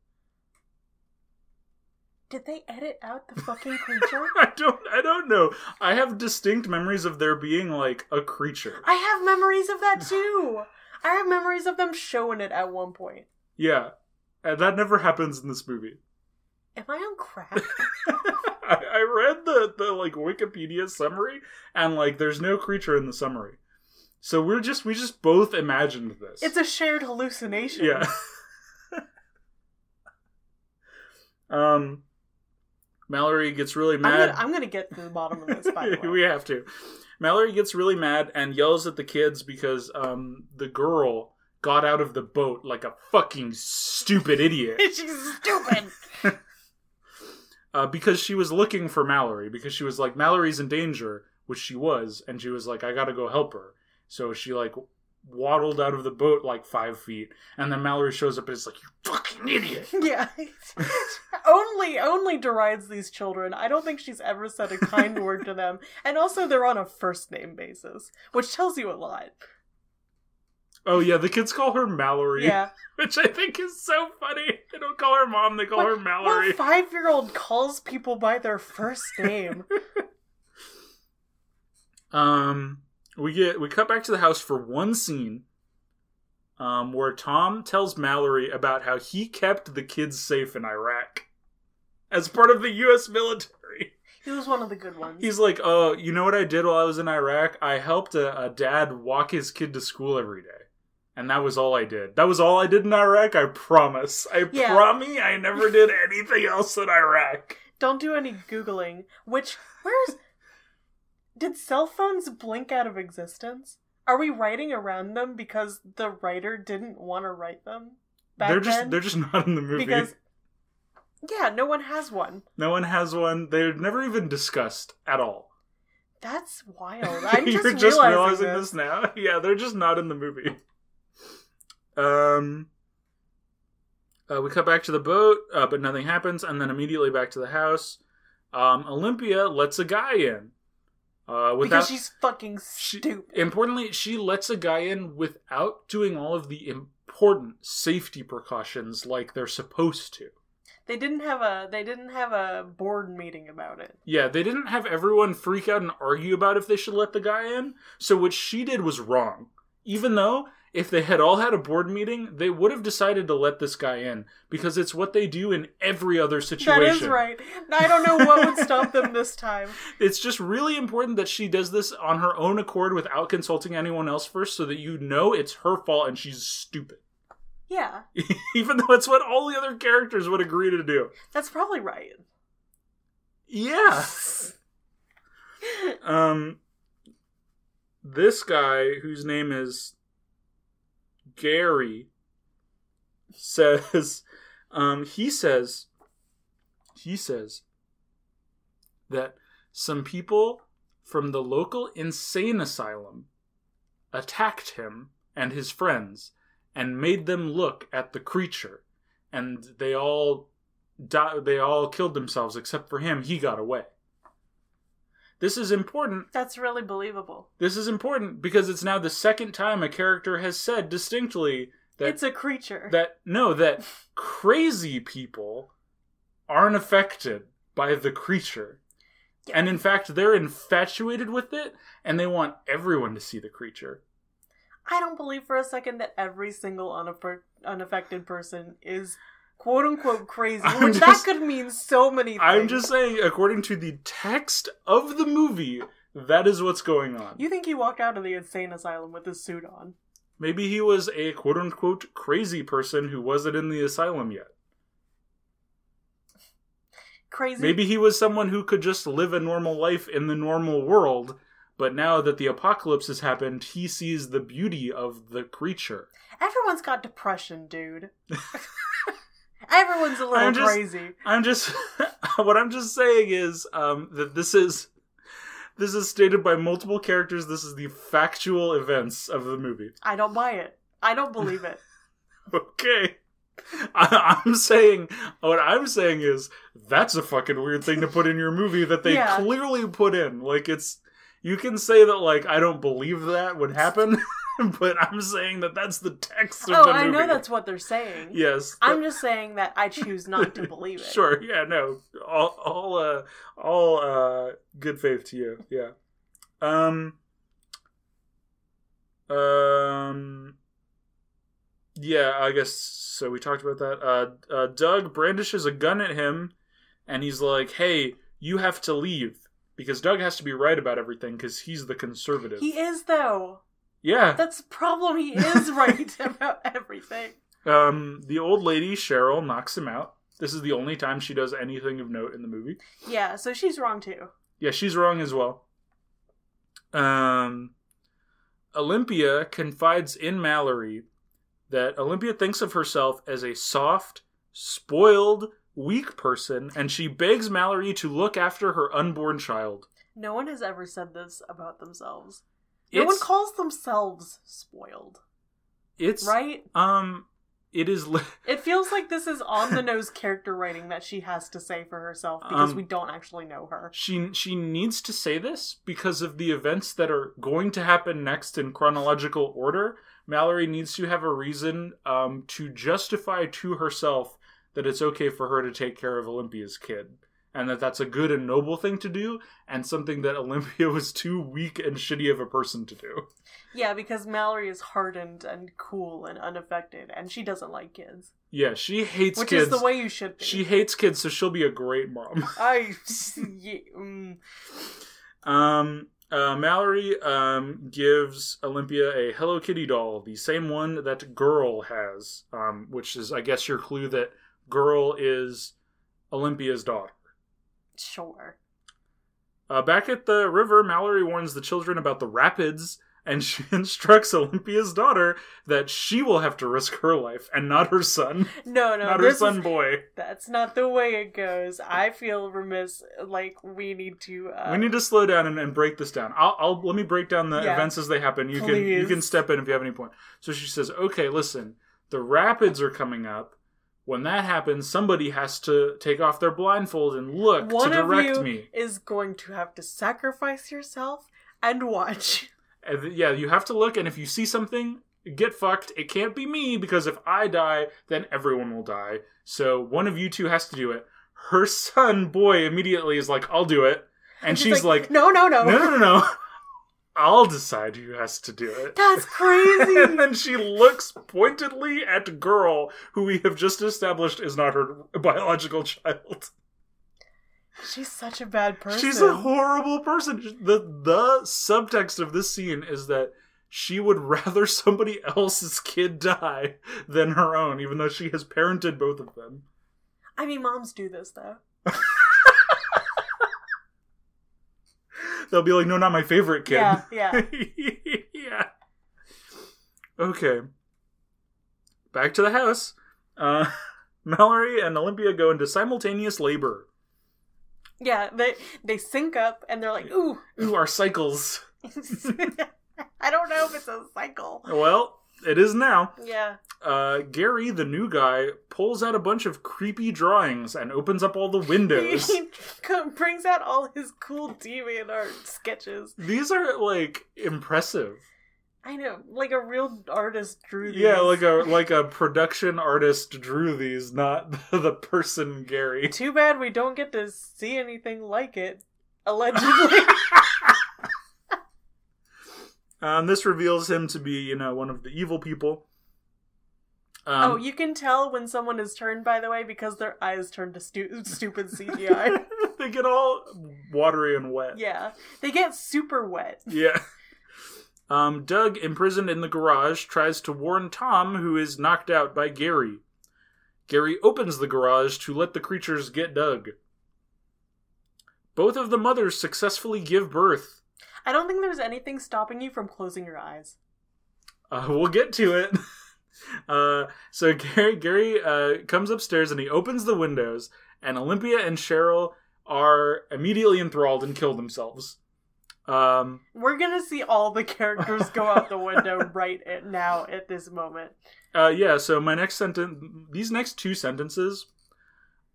B: Did they edit out the fucking creature?
A: I don't I don't know. I have distinct memories of there being like a creature.
B: I have memories of that too. I have memories of them showing it at one point.
A: Yeah. And that never happens in this movie.
B: Am I on crack?
A: I, I read the, the like Wikipedia summary and like there's no creature in the summary. So we're just we just both imagined this.
B: it's a shared hallucination.
A: Yeah. um Mallory gets really
B: I'm
A: mad.
B: gonna, I'm gonna get to the bottom of this, by the way.
A: we have to. Mallory gets really mad and yells at the kids because um, the girl got out of the boat like a fucking stupid idiot
B: She's stupid.
A: uh, because she was looking for Mallory because she was like Mallory's in danger, which she was, and she was like I gotta go help her. So she like waddled out of the boat like five feet, and then Mallory shows up and is like you fucking idiot.
B: yeah. only only derides these children. I don't think she's ever said a kind word to them. And also they're on a first name basis, which tells you a lot.
A: Oh yeah, the kids call her Mallory,
B: Yeah.
A: which I think is so funny. They don't call her mom; they call
B: What-
A: her Mallory.
B: What five year old calls people by their first name?
A: Um, we get we cut back to the house for one scene, um, where Tom tells Mallory about how he kept the kids safe in Iraq as part of the U.S. military.
B: he was one of the good ones.
A: He's like, "Oh, you know what I did while I was in Iraq? I helped a, a dad walk his kid to school every day." And that was all I did. That was all I did in Iraq. I promise. I
B: Yeah.
A: promise. I never did anything else in Iraq.
B: Don't do any googling. Which where's did cell phones blink out of existence? Are we writing around them because the writer didn't want to write them? back
A: they're just
B: then?
A: they're just not in the movie.
B: because yeah, no one has one.
A: no one has one. They're never even discussed at all.
B: That's wild. I'm just
A: You're
B: realizing,
A: just realizing
B: this.
A: this now. Yeah, they're just not in the movie. Um, uh, we cut back to the boat, uh, but nothing happens, and then immediately back to the house. Um, Olympia lets a guy in. Uh, without
B: because she's fucking
A: she-
B: stupid.
A: importantly, she lets a guy in without doing all of the important safety precautions like they're supposed to.
B: They didn't have a they didn't have a board meeting about it.
A: Yeah, they didn't have everyone freak out and argue about if they should let the guy in. So what she did was wrong. Even though if they had all had a board meeting, they would have decided to let this guy in because it's what they do in every other situation.
B: That is right. I don't know what would stop them this time.
A: It's just really important that she does this on her own accord without consulting anyone else first so that you know it's her fault and she's stupid.
B: Yeah,
A: Even though it's what all the other characters would agree to do.
B: that's probably right.
A: Yeah. um this guy whose name is Gary says um he says he says that some people from the local insane asylum attacked him and his friends and made them look at the creature and they all di- they all killed themselves except for him he got away this is important
B: That's really believable.
A: this is important because it's now the second time a character has said distinctly that
B: it's a creature.
A: that no that crazy people aren't affected by the creature.
B: Yeah.
A: And in fact, they're infatuated with it and they want everyone to see the creature.
B: I don't believe for a second that every single unaff- unaffected person is quote unquote crazy.
A: I'm
B: which
A: just-
B: that could mean so many things.
A: I'm just saying according to the text of the movie, that is what's going on.
B: You think he walked out of the insane asylum with his suit on?
A: Maybe he was a quote unquote crazy person who wasn't in the asylum yet.
B: Crazy.
A: Maybe he was someone who could just live a normal life in the normal world, but now that the apocalypse has happened, he sees the beauty of the creature.
B: Everyone's got depression, dude. Everyone's a little
A: I'm just-
B: crazy.
A: I'm just what I'm just saying is um, that this is this is stated by multiple characters. This is the factual events of the movie.
B: I don't buy it. I don't believe it.
A: Okay. I, I'm saying what I'm saying is that's a fucking weird thing to put in your movie that they
B: Yeah.
A: clearly put in. Like it's you can say that like I don't believe that would happen, but I'm saying that that's the text of
B: oh,
A: the
B: I
A: movie.
B: know that's what they're saying.
A: yes.
B: I'm just saying that I choose not to believe it.
A: Sure. Yeah. No. All. All. Uh, all. Uh, good faith to you. Yeah. Um. Um. Yeah. I guess so. We talked about that. Uh, uh. Doug brandishes a gun at him, and he's like, "Hey, you have to leave." Because Doug has to be right about everything because he's the conservative.
B: He is though.
A: yeah.
B: That's the problem. He is right about everything.
A: Um, the old lady, Cheryl, knocks him out. This is the only time she does anything of note in the movie.
B: Yeah, so she's wrong too.
A: Yeah, she's wrong as well. Um, Olympia confides in Mallory that Olympia thinks of herself as a soft, spoiled, weak person, and she begs Mallory to look after her unborn child.
B: No one has ever said this about themselves. No one
A: It's-
B: calls themselves spoiled,
A: It's
B: right?
A: Um, it is. Li-
B: It feels like this is on the nose character writing that she has to say for herself because
A: Um,
B: we don't actually know her.
A: she she needs to say this because of the events that are going to happen next in chronological order. Mallory needs to have a reason um, to justify to herself that it's okay for her to take care of Olympia's kid and that that's a good and noble thing to do and something that Olympia was too weak and shitty of a person to do.
B: Yeah, because Mallory is hardened and cool and unaffected, and she doesn't like kids,
A: Yeah, she hates
B: which
A: kids.
B: is the way you should be.
A: she hates kids, so she'll be a great mom.
B: I. yeah, mm.
A: Um, uh, Mallory um, gives Olympia a Hello Kitty doll, the same one that Girl has, um, which is, I guess, your clue that Girl is Olympia's daughter.
B: Sure.
A: Uh, back at the river, Mallory warns the children about the rapids, and she instructs Olympia's daughter that she will have to risk her life and not her son,
B: No, no,
A: not her
B: this
A: son
B: is,
A: boy.
B: that's not the way it goes. I feel remiss. Like we need to. Uh,
A: we need to slow down and, and break this down. I'll, I'll let me break down the
B: Yeah.
A: events as they happen. You can you
B: Please.
A: can step in if you have any point. So she says, "Okay, listen, the rapids are coming up. When that happens, somebody has to take off their blindfold and look
B: One
A: to
B: of
A: direct
B: you-
A: me.
B: is going to have to sacrifice yourself and watch.
A: And th- yeah, you have to look, and if you see something." Get fucked. It can't be me because if I die, then everyone will die. So one of you two has to do it. Her son, boy, immediately is like, I'll do it. And, she's like,
B: no, no, no,
A: no, no, no, no. I'll decide who has to do it.
B: that's crazy.
A: and then she looks pointedly at girl, who we have just established is not her biological child.
B: she's such a bad person.
A: She's a horrible person. The the subtext of this scene is that she would rather somebody else's kid die than her own, even though she has parented both of them.
B: I mean, moms do this though.
A: They'll be like, "No, not my favorite kid."
B: Yeah, yeah.
A: yeah. Okay. Back to the house. Uh, Mallory and Olympia go into simultaneous labor.
B: Yeah, they they sync up and they're like, ooh.
A: Ooh, our cycles.
B: I don't know if it's a cycle.
A: Well, it is now.
B: Yeah.
A: Uh, Gary, the new guy, pulls out a bunch of creepy drawings and opens up all the windows.
B: He co- brings out all his cool deviant art sketches.
A: These are like impressive.
B: I know, like a real artist drew these.
A: Yeah, like a like a production artist drew these, not the person Gary.
B: Too bad we don't get to see anything like it, allegedly.
A: Um, this reveals him to be, you know, one of the evil people. Um,
B: oh, you can tell when someone is turned, by the way, because their eyes turn to stu- stupid CGI.
A: they get all watery and wet.
B: yeah, they get super wet.
A: Yeah. Um, Doug, imprisoned in the garage, tries to warn Tom, who is knocked out by Gary. Gary opens the garage to let the creatures get Doug. Both of the mothers successfully give birth.
B: I don't think there's anything stopping you from closing your eyes.
A: Uh, we'll get to it. Uh, so Gary Gary uh, comes upstairs and he opens the windows, and Olympia and Cheryl are immediately enthralled and kill themselves. Um,
B: We're gonna see all the characters go out the window right at now at this moment.
A: uh, yeah. So my next sentence, these next two sentences,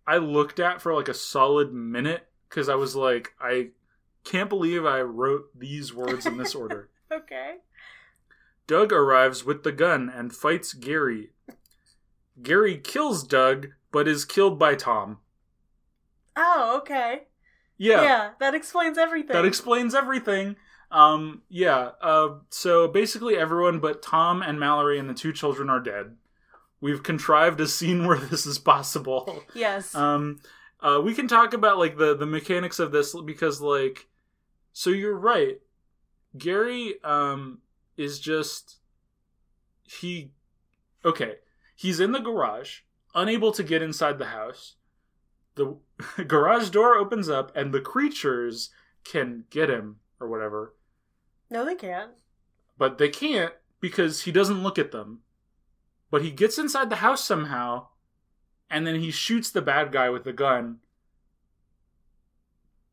A: I looked at for like a solid minute because I was like, I can't believe I wrote these words in this order.
B: Okay.
A: Doug arrives with the gun and fights Gary. Gary kills Doug, but is killed by Tom.
B: Oh, okay.
A: Yeah,
B: that explains everything.
A: that explains everything. Um, yeah. Uh, so basically, everyone but Tom and Mallory and the two children are dead. We've contrived a scene where this is possible.
B: yes.
A: Um, uh, we can talk about like the the mechanics of this because like, so you're right. Gary um is just he okay. He's in the garage, unable to get inside the house. The garage door opens up, and the creatures can get him or whatever,
B: no, they can't.
A: but they can't because he doesn't look at them. But he gets inside the house somehow, and then he shoots the bad guy with the gun.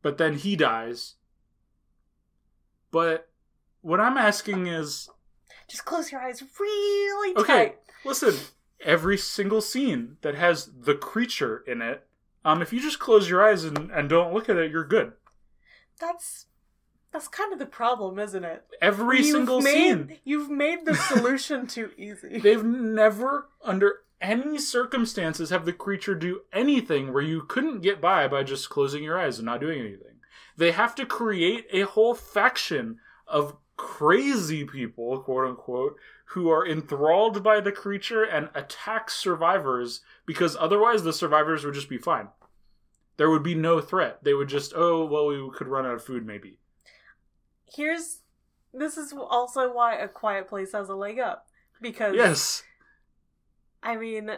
A: But then he dies. But what I'm asking is
B: Just close your eyes really tight.
A: okay, listen, every single scene that has the creature in it, um, if you just close your eyes and, and don't look at it, you're good.
B: That's that's kind of the problem, isn't it?
A: Every
B: You've
A: single
B: made,
A: scene.
B: You've made the solution too easy.
A: They've never, under any circumstances, have the creature do anything where you couldn't get by by just closing your eyes and not doing anything. They have to create a whole faction of crazy people, quote unquote, who are enthralled by the creature and attack survivors because otherwise the survivors would just be fine. There would be no threat. They would just, oh, well, we could run out of food maybe.
B: Here's this is also why a quiet place has a leg up because
A: Yes.
B: I mean,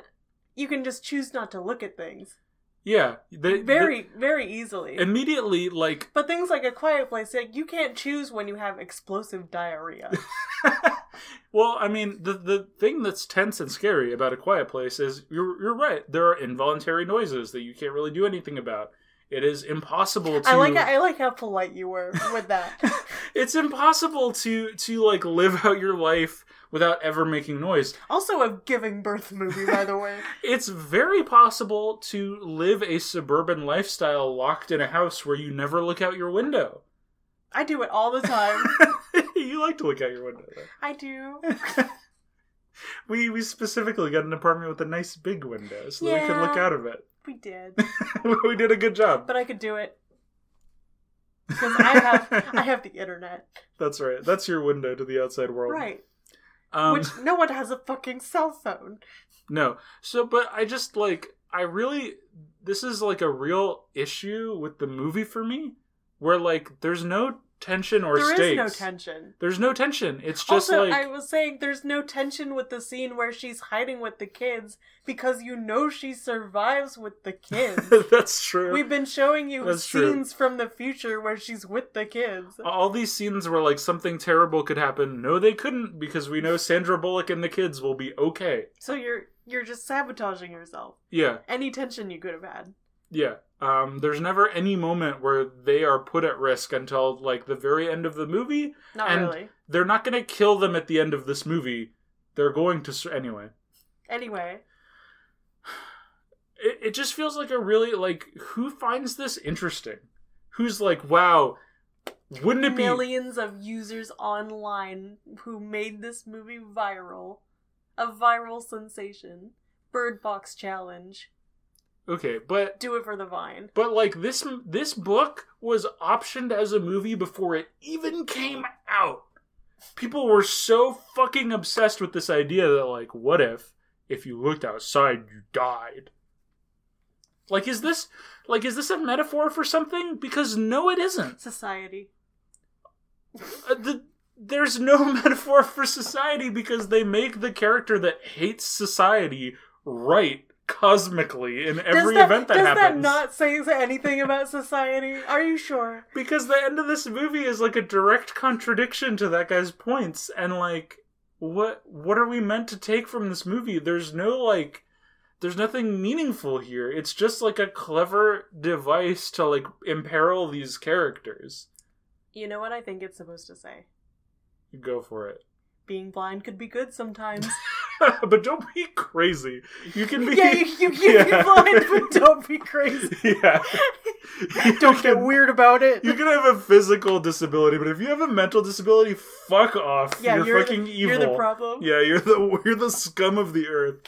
B: you can just choose not to look at things.
A: Yeah, they,
B: very very easily.
A: they- immediately like
B: but things like A Quiet Place, like you can't choose when you have explosive diarrhea.
A: well, I mean, the the thing that's tense and scary about a quiet place is you're you're right. There are involuntary noises that you can't really do anything about. It is impossible to
B: I like I like how polite you were with that.
A: it's impossible to to like live out your life without ever making noise.
B: also, a giving birth movie, by the way.
A: It's very possible to live a suburban lifestyle locked in a house where you never look out your window.
B: I do it all the time.
A: you like to look out your window. though.
B: I do.
A: We we specifically got an apartment with a nice big window so that we could
B: Yeah.
A: look out of it.
B: We did,
A: we did a good job.
B: but I could do it because I have I have the internet,
A: That's right. That's your window to the outside world.
B: right?
A: Um,
B: Which no one has a fucking cell phone.
A: No. So, but I just like, I really, this is like a real issue with the movie for me, where like there's no tension or
B: There is
A: stakes.
B: no tension.
A: There's no tension. It's just
B: also,
A: like,
B: I was saying there's no tension with the scene where she's hiding with the kids because you know she survives with the kids.
A: that's true.
B: We've been showing you
A: That's true.
B: scenes from the future where she's with the kids.
A: all these scenes where like something terrible could happen. No, they couldn't because we know Sandra Bullock and the kids will be okay.
B: So you're you're just sabotaging yourself.
A: Yeah,
B: Any tension you could have had.
A: yeah. Um, there's never any moment where they are put at risk until like the very end of the movie,
B: Not
A: And-
B: really.
A: they're not going to kill them at the end of this movie. They're going to sur- anyway.
B: Anyway,
A: It, it just feels like a really like who finds this interesting? Who's like, wow, wouldn't it be?
B: millions of users online who made this movie viral, a viral sensation. Bird Box Challenge.
A: Okay, but
B: Do it for the Vine.
A: but like this this book was optioned as a movie before it even came out. People were so fucking obsessed with this idea that like, what if if you looked outside, you died? Like, is this like is this a metaphor for something? Because no, it isn't.
B: Society.
A: Uh, the, there's no metaphor for society because they make the character that hates society right cosmically in every
B: does that,
A: event that
B: does
A: happens.
B: that not say anything about society? Are you sure?
A: Because the end of this movie is like a direct contradiction to that guy's points, and like, what what are we meant to take from this movie? There's no like, there's nothing meaningful here. It's just like a clever device to like imperil these characters.
B: You know what I think it's supposed to say.
A: Go for it.
B: Being blind could be good sometimes.
A: but don't be crazy. You can be.
B: yeah, you, you can
A: Yeah.
B: be blind, but don't be crazy.
A: yeah. You
B: Don't get
A: can-
B: weird about it.
A: You can have a physical disability, but if you have a mental disability, fuck off.
B: yeah,
A: you're,
B: you're,
A: fucking
B: the,
A: evil.
B: You're the problem.
A: yeah, you're the you're the scum of the earth.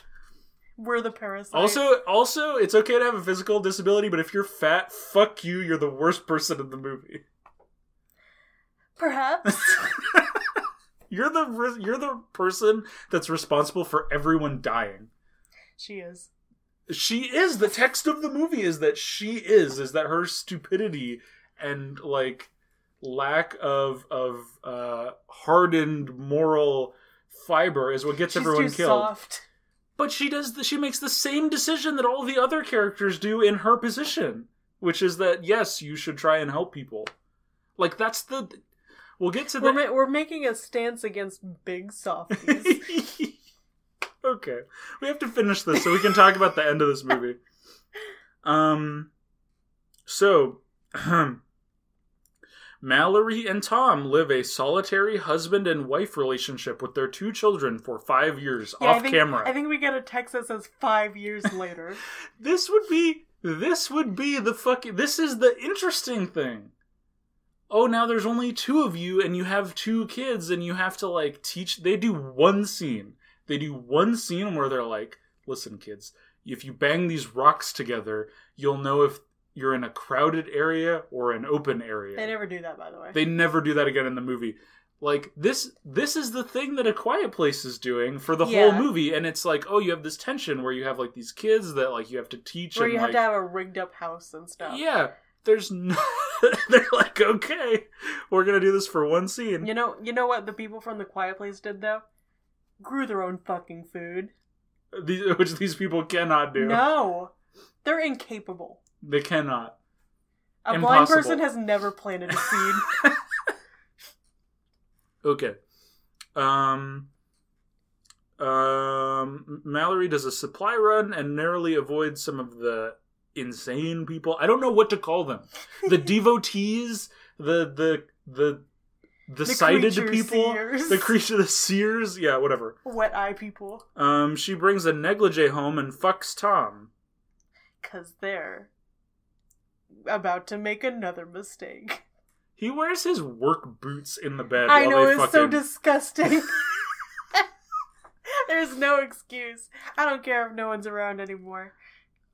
B: We're the parasite.
A: Also, also, it's okay to have a physical disability, but if you're fat, fuck you. You're the worst person in the movie.
B: perhaps.
A: You're the re- you're the person that's responsible for everyone dying.
B: she is.
A: she is the text of the movie is that she is is that her stupidity and like lack of of uh hardened moral fiber is what gets
B: She's
A: everyone
B: too
A: killed
B: soft.
A: but she does the, she makes the same decision that all the other characters do in her position which is that yes you should try and help people like that's the we'll get to
B: We're,
A: the
B: ma- we're making a stance against big softies.
A: okay. We have to finish this so we can talk about the end of this movie. Um so Mallory and Tom live a solitary husband and wife relationship with their two children for 5 years
B: Yeah, I
A: off
B: think-
A: camera.
B: I think we get a text that says five years later.
A: this would be this would be the fucking this is the interesting thing oh now there's only two of you and you have two kids and you have to like teach they do one scene they do one scene where they're like listen kids if you bang these rocks together you'll know if you're in a crowded area or an open area
B: They never do that, by the way.
A: they never do that again in the movie like this this is the thing that a quiet place is doing for the whole
B: Yeah.
A: movie and it's like oh you have this tension where you have like these kids that like you have to teach
B: Where
A: and
B: you have
A: like
B: to have a rigged up house and stuff.
A: yeah there's no they're like okay we're gonna do this for one scene
B: You know, you know what the people from the Quiet Place did though? Grew their own fucking food.
A: these, which these people cannot do
B: No, They're incapable.
A: They cannot.
B: A blind
A: Impossible.
B: person has never planted a seed.
A: Okay. Um. Um. Mallory does a supply run and narrowly avoids some of the insane people. I don't know what to call them. The devotees. The the the the, sighted
B: creature
A: people.
B: seers.
A: The creature, the seers. Yeah, whatever.
B: Wet eye people.
A: Um. She brings a negligee home and fucks Tom.
B: Because they're about to make another mistake.
A: He wears his work boots in the bed.
B: I
A: while
B: know,
A: they
B: it's
A: fucking...
B: so disgusting. There's no excuse. I don't care if no one's around anymore.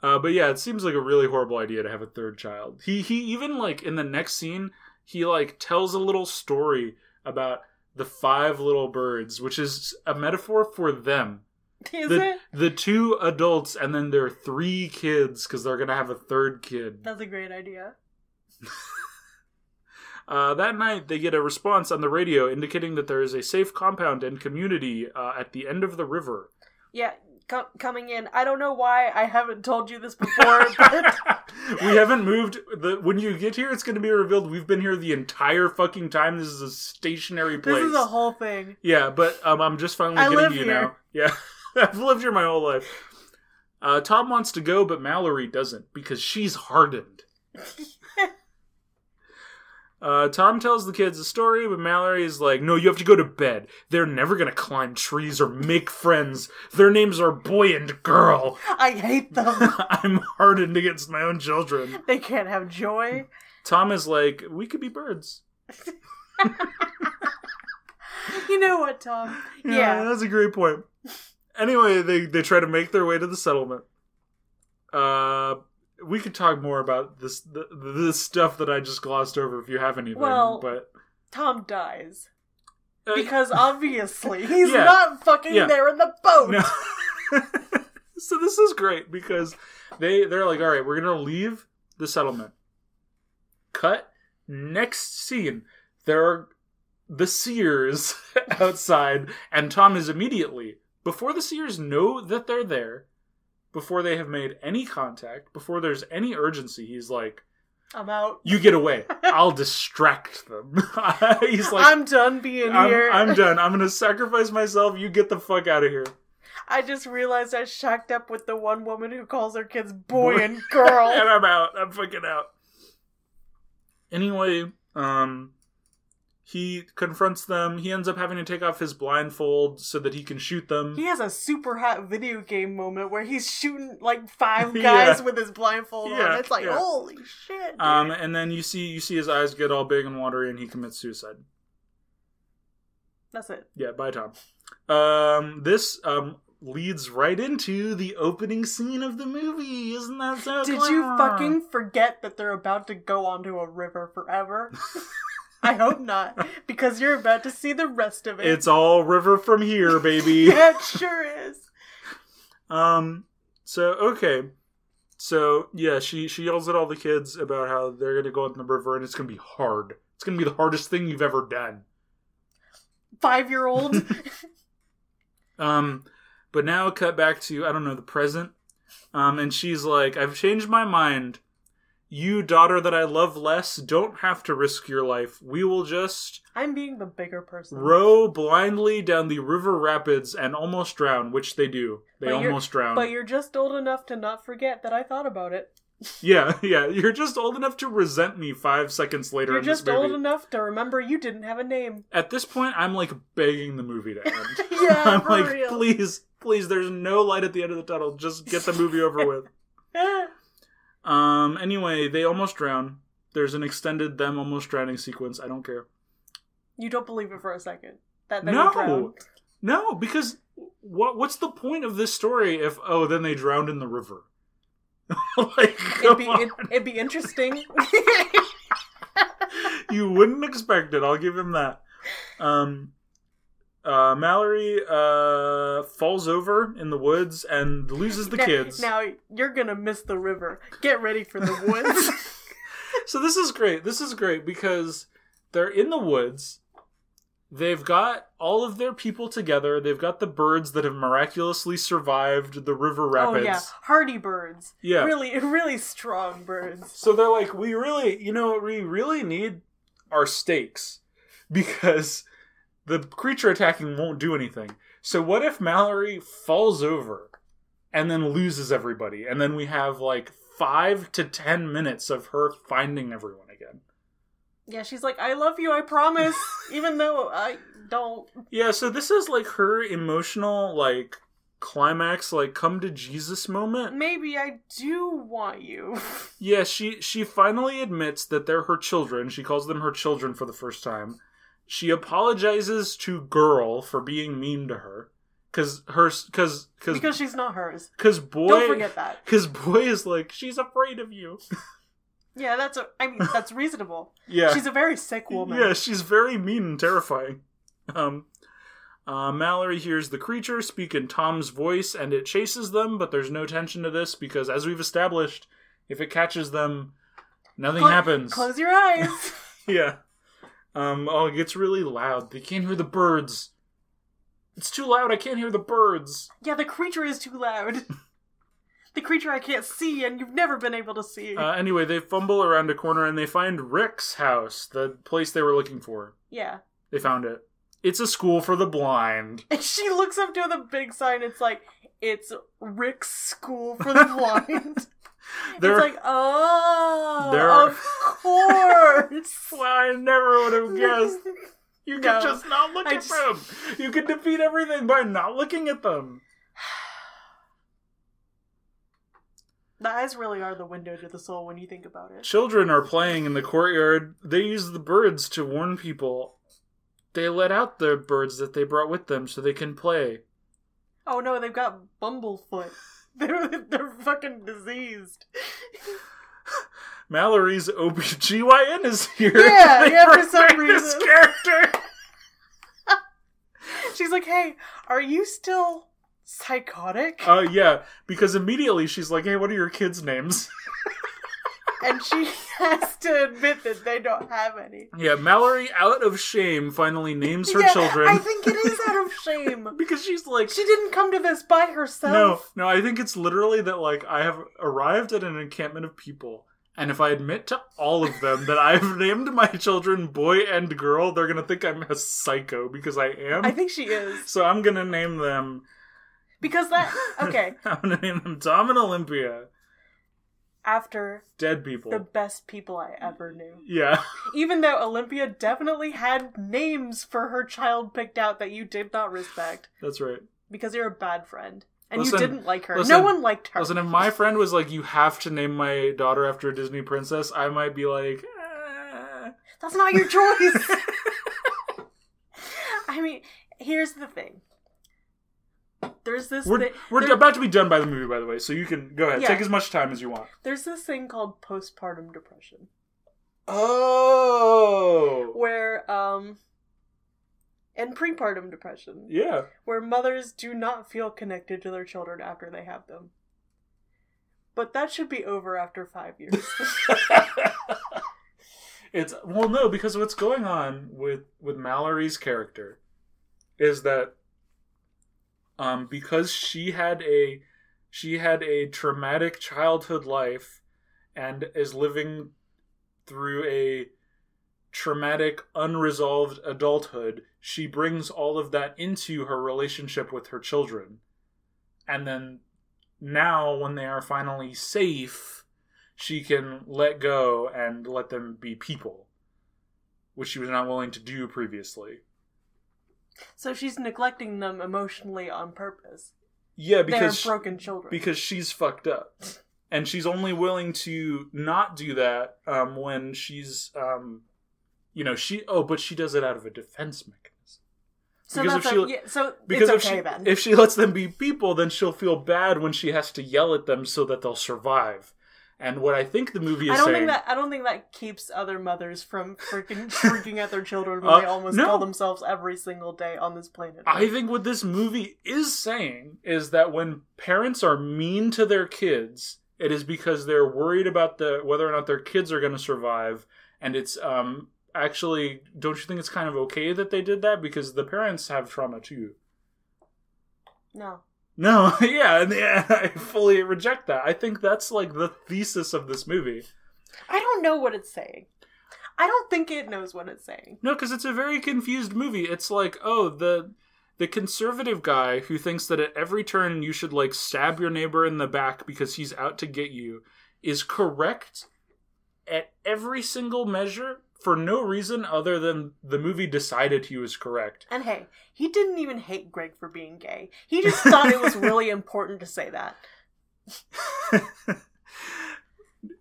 A: Uh, but yeah, it seems like a really horrible idea to have a third child. He he even like in the next scene, he like tells a little story about the five little birds, which is a metaphor for them.
B: Is
A: the,
B: it?
A: the two adults and then their three kids because they're gonna have a third kid.
B: That's a great idea.
A: Uh, that night, they get a response on the radio indicating that there is a safe compound and community uh, at the end of the river.
B: Yeah, com- coming in. I don't know why I haven't told you this before, but
A: we haven't moved. The when you get here, it's going to be revealed we've been here the entire fucking time. This is a stationary place.
B: this is a whole thing.
A: yeah, but um, I'm just finally
B: I
A: getting
B: live
A: you
B: here.
A: now. Yeah, I've lived here my whole life. Uh, Tom wants to go, but Mallory doesn't because she's hardened. Uh, Tom tells the kids a story, but Mallory is like, "No, you have to go to bed. They're never gonna climb trees or make friends. Their names are boy and girl.
B: I hate them.
A: I'm hardened against my own children."
B: they can't have joy.
A: Tom is like, we could be birds.
B: You know what, Tom? Yeah.
A: that's a great point. Anyway, they they try to make their way to the settlement. Uh, we could talk more about this th- this stuff that I just glossed over if you have anything.
B: Well,
A: but
B: Tom dies.
A: uh,
B: Because obviously he's
A: Yeah.
B: not fucking
A: Yeah.
B: there in the boat.
A: no. so this is great because they they're like, all right, we're gonna leave the settlement. Cut. Next scene, there are the seers outside, and Tom is immediately before the seers know that they're there, before they have made any contact, before there's any urgency, he's like,
B: I'm out.
A: "You get away! I'll distract them." he's like,
B: I'm done being
A: I'm-
B: here.
A: I'm done. I'm gonna sacrifice myself. You get the fuck out of here."
B: I just realized I shacked up with the one woman who calls her kids boy,
A: Boy.
B: and girl.
A: and I'm out. I'm fucking out. Anyway, um, he confronts them. He ends up having to take off his blindfold so that he can shoot them.
B: He has a super hot video game moment where he's shooting like five
A: Yeah.
B: guys with his blindfold
A: Yeah,
B: on. It's like,
A: yeah.
B: holy shit. dude.
A: Um, and then you see you see his eyes get all big and watery, and he commits suicide.
B: That's it.
A: Yeah, bye, Tom. Um, this um leads right into the opening scene of the movie. Isn't that so?
B: Did you
A: clever?
B: fucking forget that they're about to go onto a river forever? I hope not, because you're about to see the rest of it.
A: It's all river from here, baby.
B: yeah, it sure is.
A: Um. So okay. So yeah, she she yells at all the kids about how they're gonna go out in the river and it's gonna be hard. It's gonna be the hardest thing you've ever done.
B: Five year old.
A: Um. But now cut back to I don't know the present. Um. And she's like, I've changed my mind. You daughter that I love less don't have to risk your life. We will just
B: I'm being the bigger person.
A: row blindly down the river rapids and almost drown, which they do. They
B: But you're-
A: almost drown.
B: But you're just old enough to not forget that I thought about it.
A: Yeah, yeah. You're just old enough to resent me five seconds later
B: You're
A: in this
B: just old
A: movie.
B: enough to remember you didn't have a name.
A: At this point, I'm like begging the movie to end.
B: Yeah,
A: I'm
B: for
A: like,
B: real.
A: please, please, there's no light at the end of the tunnel. Just get the movie over with. Um. Anyway, they almost drown. There's an extended them almost drowning sequence. I don't care.
B: you don't believe it for a second. That they
A: No.
B: would drown.
A: No, because what what's the point of this story if oh then they drowned in the river? like
B: It'd
A: come
B: be
A: on.
B: it, it'd be interesting.
A: you wouldn't expect it. I'll give him that. Um, uh, Mallory uh, falls over in the woods and loses the
B: Now-
A: kids.
B: Now you're gonna miss the river. Get ready for the woods.
A: So this is great. This is great because they're in the woods. They've got all of their people together. They've got the birds that have miraculously survived the river rapids.
B: Oh yeah, hardy birds.
A: Yeah.
B: Really, really strong birds.
A: So they're like, we really, you know, we really need our stakes because the creature attacking won't do anything. So what if Mallory falls over and then loses everybody? And then we have like five to ten minutes of her finding everyone again.
B: Yeah, she's like, I love you, I promise, even though I don't.
A: Yeah, so this is like her emotional, like, climax, like, come to Jesus moment.
B: Maybe I do want you.
A: Yeah, she she finally admits that they're her children. She calls them her children for the first time. She apologizes to girl for being mean to her cuz her cuz
B: because
A: cuz
B: she's not hers.
A: cuz
B: Don't
A: boy
B: forget that.
A: cuz boy is like she's afraid of you.
B: Yeah, that's. A, I mean, that's reasonable.
A: Yeah.
B: She's a very sick woman.
A: Yeah, she's very mean and terrifying. Um, uh, Mallory hears the creature speak in Tom's voice and it chases them, but there's no tension to this because, as we've established, if it catches them, nothing
B: Clo-
A: happens.
B: Close your eyes.
A: Yeah. Um, oh, it gets really loud. They can't hear the birds. It's too loud. I can't hear the birds.
B: yeah, the creature is too loud. The creature I can't see, and you've never been able to see.
A: Uh, anyway, they fumble around a corner and they find Rick's house, the place they were looking for.
B: yeah.
A: They found it. It's a school for the blind.
B: And she looks up to the big sign. It's like it's Rick's School for the Blind.
A: There-
B: it's like oh,
A: There are-
B: of course.
A: Well, I never would have guessed. You could
B: No.
A: just not look
B: I
A: at
B: just-
A: them. You could defeat everything by not looking at them.
B: The eyes really are the window to the soul when you think about it.
A: Children are playing in the courtyard. They use the birds to warn people. They let out the birds that they brought with them so they can play.
B: Oh no, they've got bumblefoot. They're they're fucking diseased.
A: Mallory's OBGYN is here.
B: Yeah,
A: They
B: yeah, for some
A: portrayed this
B: reason.
A: character.
B: She's like, "Hey, are you still psychotic?"
A: Uh, yeah, because immediately she's like, hey, what are your kids' names?
B: and she has to admit that they don't have any.
A: Yeah, Mallory, out of shame, finally names her
B: Yeah,
A: children.
B: I think it is out of shame.
A: because she's like,
B: She didn't come to this by
A: no,
B: herself.
A: no, I think it's literally that, like, I have arrived at an encampment of people. And if I admit to all of them that I've named my children boy and girl, they're gonna think I'm a psycho because I am.
B: I think she is.
A: so I'm gonna name them.
B: Because that okay,
A: I'm gonna name them Tom and Olympia.
B: after
A: Dead people.
B: the best people I ever knew.
A: Yeah.
B: Even though Olympia definitely had names for her child picked out that you did not respect
A: That's right.
B: because you're a bad friend and
A: Listen,
B: you didn't like her.
A: listen,
B: no one liked her.
A: Listen, if my friend was like, "You have to name my daughter after a Disney princess," I might be like, eh.
B: That's not your choice. I mean, here's the thing. There's this
A: "We're
B: thi-
A: we're
B: there-
A: about to be done by the movie, by the way, so you can go ahead,
B: Yeah.
A: take as much time as you want."
B: there's this thing called postpartum depression.
A: Oh,
B: where um and prepartum depression
A: yeah,
B: where mothers do not feel connected to their children after they have them but that should be over after five years
A: it's well, no, because what's going on with with Mallory's character is that, um, because she had a she had a traumatic childhood life and is living through a traumatic unresolved adulthood she brings all of that into her relationship with her children and then now when they are finally safe she can let go and let them be people which she was not willing to do previously
B: so she's neglecting them emotionally on purpose
A: yeah because
B: they're broken children
A: because she's fucked up and she's only willing to not do that um, when she's um, you know she oh but she does it out of a defense mechanism
B: so
A: because
B: that's
A: if
B: a,
A: she-
B: yeah, so
A: because
B: it's
A: if
B: okay
A: she
B: then
A: if she lets them be people then she'll feel bad when she has to yell at them so that they'll survive and what i think the movie is
B: I don't
A: saying
B: think that I don't think that keeps other mothers from freaking freaking out their children when
A: Uh,
B: they almost
A: no.
B: kill themselves every single day on this planet.
A: I think what this movie is saying is that when parents are mean to their kids, it is because they're worried about the whether or not their kids are going to survive, and it's um actually, don't you think it's kind of okay that they did that because the parents have trauma too?
B: No.
A: No, yeah, and yeah, I fully reject that. I think that's like the thesis of this movie.
B: I don't know what it's saying. I don't think it knows what it's saying.
A: No, because it's a very confused movie. It's like, oh, the the conservative guy who thinks that at every turn you should like stab your neighbor in the back because he's out to get you is correct at every single measure for no reason other than the movie decided he was correct.
B: And hey, he didn't even hate Greg for being gay. He just thought it was really important to say that.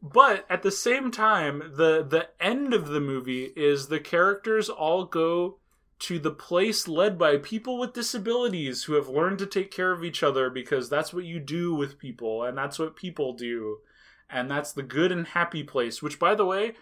A: but at the same time, the the end of the movie is the characters all go to the place led by people with disabilities who have learned to take care of each other because that's what you do with people and that's what people do. And that's the good and happy place, which by the way,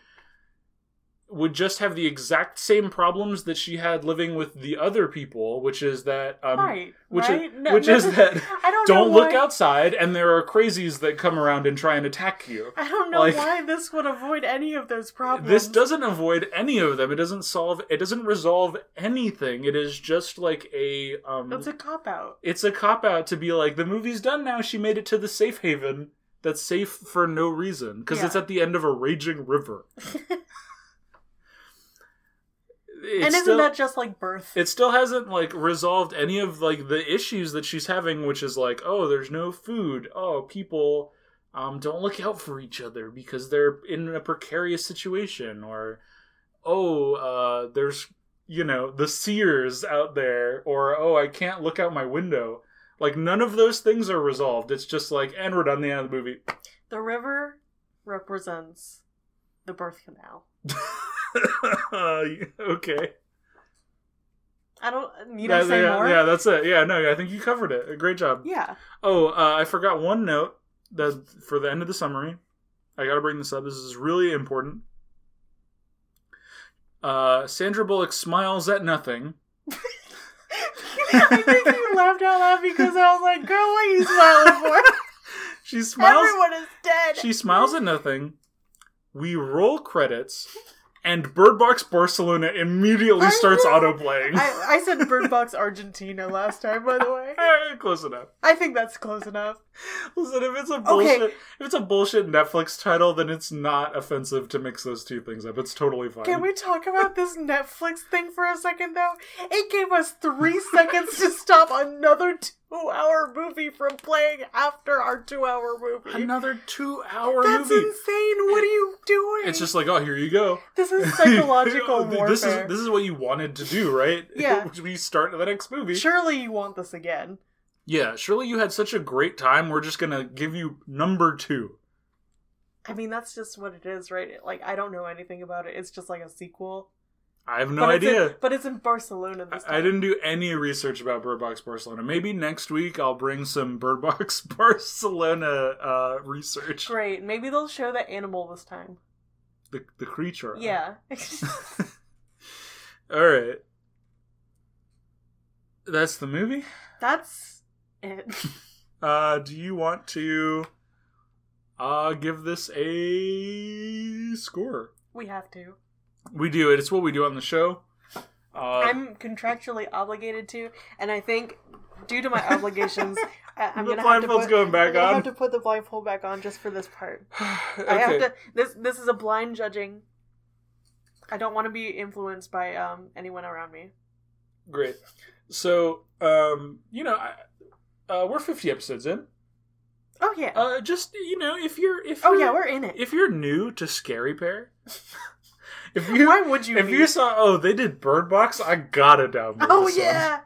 A: would just have the exact same problems that she had living with the other people, which is that um,
B: right. Oh,
A: which
B: right?
A: is which is that
B: I don't,
A: don't
B: know
A: look
B: why,
A: outside and there are crazies that come around and try and attack you.
B: I don't know
A: like-
B: why this would avoid any of those problems.
A: This doesn't avoid any of them. It doesn't solve. It doesn't resolve anything. It is just like a. Um,
B: It's a cop out.
A: it's a cop out to be like the movie's done now. She made it to the safe haven. That's safe for no reason because it's
B: Yeah.
A: at the end of a raging river. It's
B: and isn't
A: still-
B: that just like birth?
A: it still hasn't like resolved any of like the issues that she's having which is like oh there's no food oh people um don't look out for each other because they're in a precarious situation or oh uh there's you know the seers out there or oh i can't look out my window like none of those things are resolved it's just like and we're done the end of the movie
B: The river represents the birth canal.
A: okay
B: I don't need I
A: That-
B: say
A: yeah,
B: more.
A: yeah that's it yeah no i think you covered it great job
B: yeah.
A: Oh, uh, I forgot one note that for the end of the summary. I gotta bring this up. This is really important. Uh, Sandra Bullock smiles at nothing.
B: I think you laughed out loud because I was like, girl, what are you smiling for?
A: She smiles.
B: Everyone is dead.
A: She smiles at nothing. We roll credits, and Bird Box Barcelona immediately
B: I
A: starts
B: know.
A: auto playing.
B: I, I said Bird Box Argentina last time, by the way.
A: Close enough.
B: I think that's close enough.
A: Listen, if it's a bullshit,
B: Okay.
A: if it's a bullshit Netflix title, then it's not offensive to mix those two things up. It's totally fine.
B: Can we talk about this Netflix thing for a second, though? It gave us three seconds to stop another two hour movie from playing after our two hour movie.
A: Another two-hour
B: That's
A: movie.
B: insane. What are you doing?
A: It's just like, oh, here you go.
B: this is psychological warfare.
A: This is this is what you wanted to do, right?
B: Yeah.
A: we start the next movie.
B: Surely you want this again.
A: Yeah, surely you had such a great time. We're just gonna give you number two.
B: I mean, that's just what it is, right? Like, I don't know anything about it. It's just like a sequel.
A: I have no
B: but
A: idea.
B: It's in, but it's in Barcelona this time.
A: I I didn't do any research about Bird Box Barcelona. Maybe next week I'll bring some Bird Box Barcelona uh, research.
B: Great. Maybe they'll show the animal this time.
A: The the creature.
B: Yeah.
A: All right. That's the movie.
B: that's it.
A: Uh, do you want to uh, give this a score?
B: We have to.
A: We do it. It's what we do on the show. Uh,
B: I'm contractually obligated to, and I think due to my obligations, I, I'm
A: The
B: gonna have to
A: blindfold's
B: put,
A: going back
B: I'm gonna
A: on.
B: have to put the blindfold back on just for this part.
A: okay.
B: I have to. This this is a blind judging. I don't want to be influenced by um anyone around me.
A: Great. So, um, you know, I, uh, we're 50 episodes in.
B: Oh yeah.
A: Uh, just you know, if you're if
B: oh
A: you're,
B: yeah, we're in it.
A: if you're new to Scary Bear, if you
B: Why would you?
A: if
B: be?
A: you saw oh they did Bird Box, I gotta download.
B: Oh
A: this one.
B: yeah,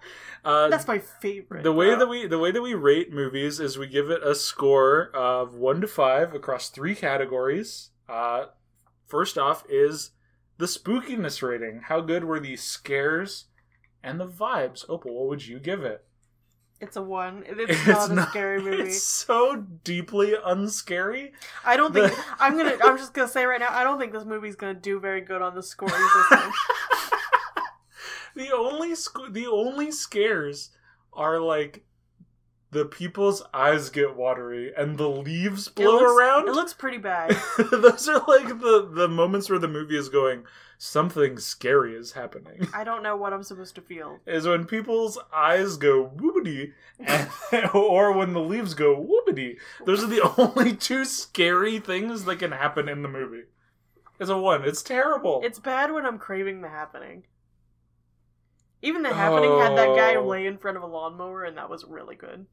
A: uh,
B: that's my favorite.
A: The way
B: bro.
A: that we the way that we rate movies is we give it a score of one to five across three categories. Uh, first off is the spookiness rating. How good were the scares and the vibes? Opal, what would you give it?
B: it's a one. It's, not, a scary movie.
A: It's so deeply unscary.
B: I don't think
A: the-
B: I'm gonna. I'm just gonna say right now. I don't think this movie's gonna do very good on the scores. This
A: The only sc- the only scares are like the people's eyes get watery and the leaves blow
B: it looks,
A: around.
B: It looks pretty bad.
A: Those are like the the moments where the movie is going. Something scary is happening.
B: I don't know what I'm supposed to feel.
A: Is when people's eyes go whoopity, and- or when the leaves go whoopity. Those are the only two scary things that can happen in the movie. It's a one. It's terrible.
B: It's bad when I'm craving the happening. Even the happening had that guy
A: Oh.
B: lay in front of a lawnmower, and that was really good.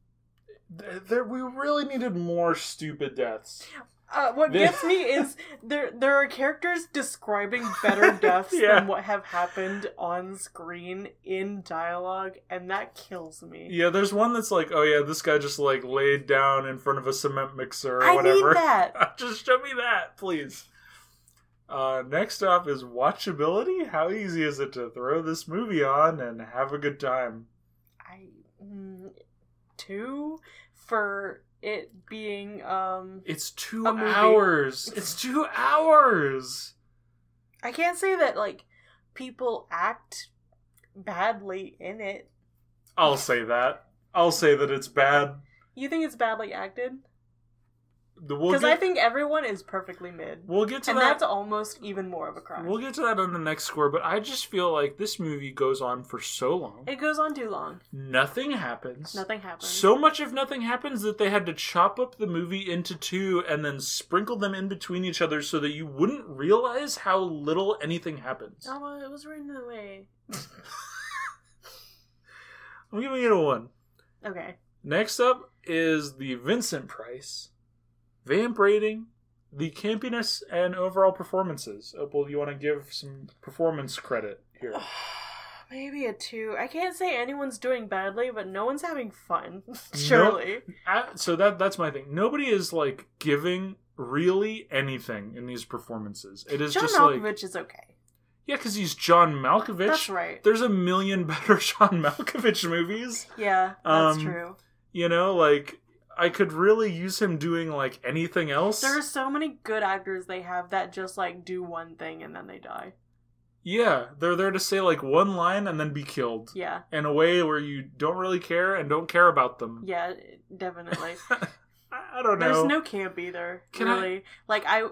A: Th- there, we really needed more stupid deaths.
B: Uh, what
A: The-
B: gets me is there there are characters describing better deaths
A: Yeah.
B: than what have happened on screen in dialogue, and that kills me.
A: Yeah, there's one that's like, oh yeah, this guy just like laid down in front of a cement mixer or
B: I
A: whatever.
B: need that.
A: just show me that, please. Uh, next up is watchability. How easy is it to throw this movie on and have a good time?
B: I mm, two for it being um
A: It's two
B: A movie.
A: hours. It's two hours.
B: I can't say that like people act badly in it.
A: I'll say that. I'll say that it's bad.
B: You think it's badly acted?
A: The- We'll
B: Because
A: get,
B: I think everyone is perfectly mid,
A: we'll get to
B: and
A: that.
B: that's almost even more of a crime.
A: We'll get to that on the next score, but I just feel like this movie goes on for so long.
B: it goes on too long.
A: Nothing happens.
B: Nothing happens.
A: So much of nothing happens that they had to chop up the movie into two and then sprinkle them in between each other so that you wouldn't realize how little anything happens.
B: oh, well, it was written that way.
A: I'm giving it a one.
B: Okay.
A: Next up is the Vincent Price, Vamp rating, the campiness, and overall performances. Opal, you want to give some performance credit here?
B: Oh. Maybe a two. I can't say anyone's doing badly, but no one's having fun. Surely.
A: I, Uh, so that that's my thing. Nobody is like giving really anything in these performances. It is
B: John
A: just
B: Malkovich
A: like
B: is okay.
A: yeah, because he's John Malkovich.
B: That's right.
A: There's a million better John Malkovich movies.
B: Yeah, that's
A: Um,
B: true.
A: You know, like I could really use him doing like anything else.
B: There are so many good actors they have that just like do one thing and then they die.
A: Yeah, they're there to say like one line and then be killed
B: Yeah,
A: in a way where you don't really care and don't care about them.
B: yeah, definitely.
A: I, I don't know.
B: There's no camp either.
A: Can I-
B: really, like I,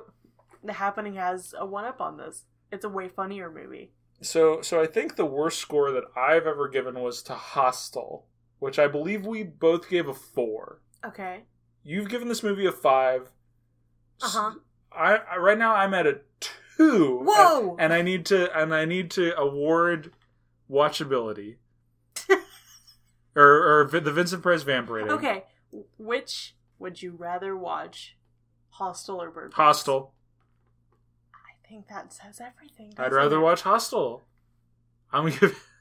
B: The Happening has a one up on this. It's a way funnier movie.
A: So, so I think the worst score that I've ever given was to Hostel, which I believe we both gave a four.
B: Okay.
A: You've given this movie a five.
B: Uh huh.
A: I, I right now I'm at a two.
B: Whoa!
A: And, and I need to and I need to award watchability, or or Vi- the Vincent Price Vamp rating.
B: Okay. w- Which would you rather watch, Hostel or Bird? Box?
A: Hostel.
B: I think that says everything.
A: I'd
B: doesn't
A: rather
B: it?
A: watch Hostel. I'm gonna give.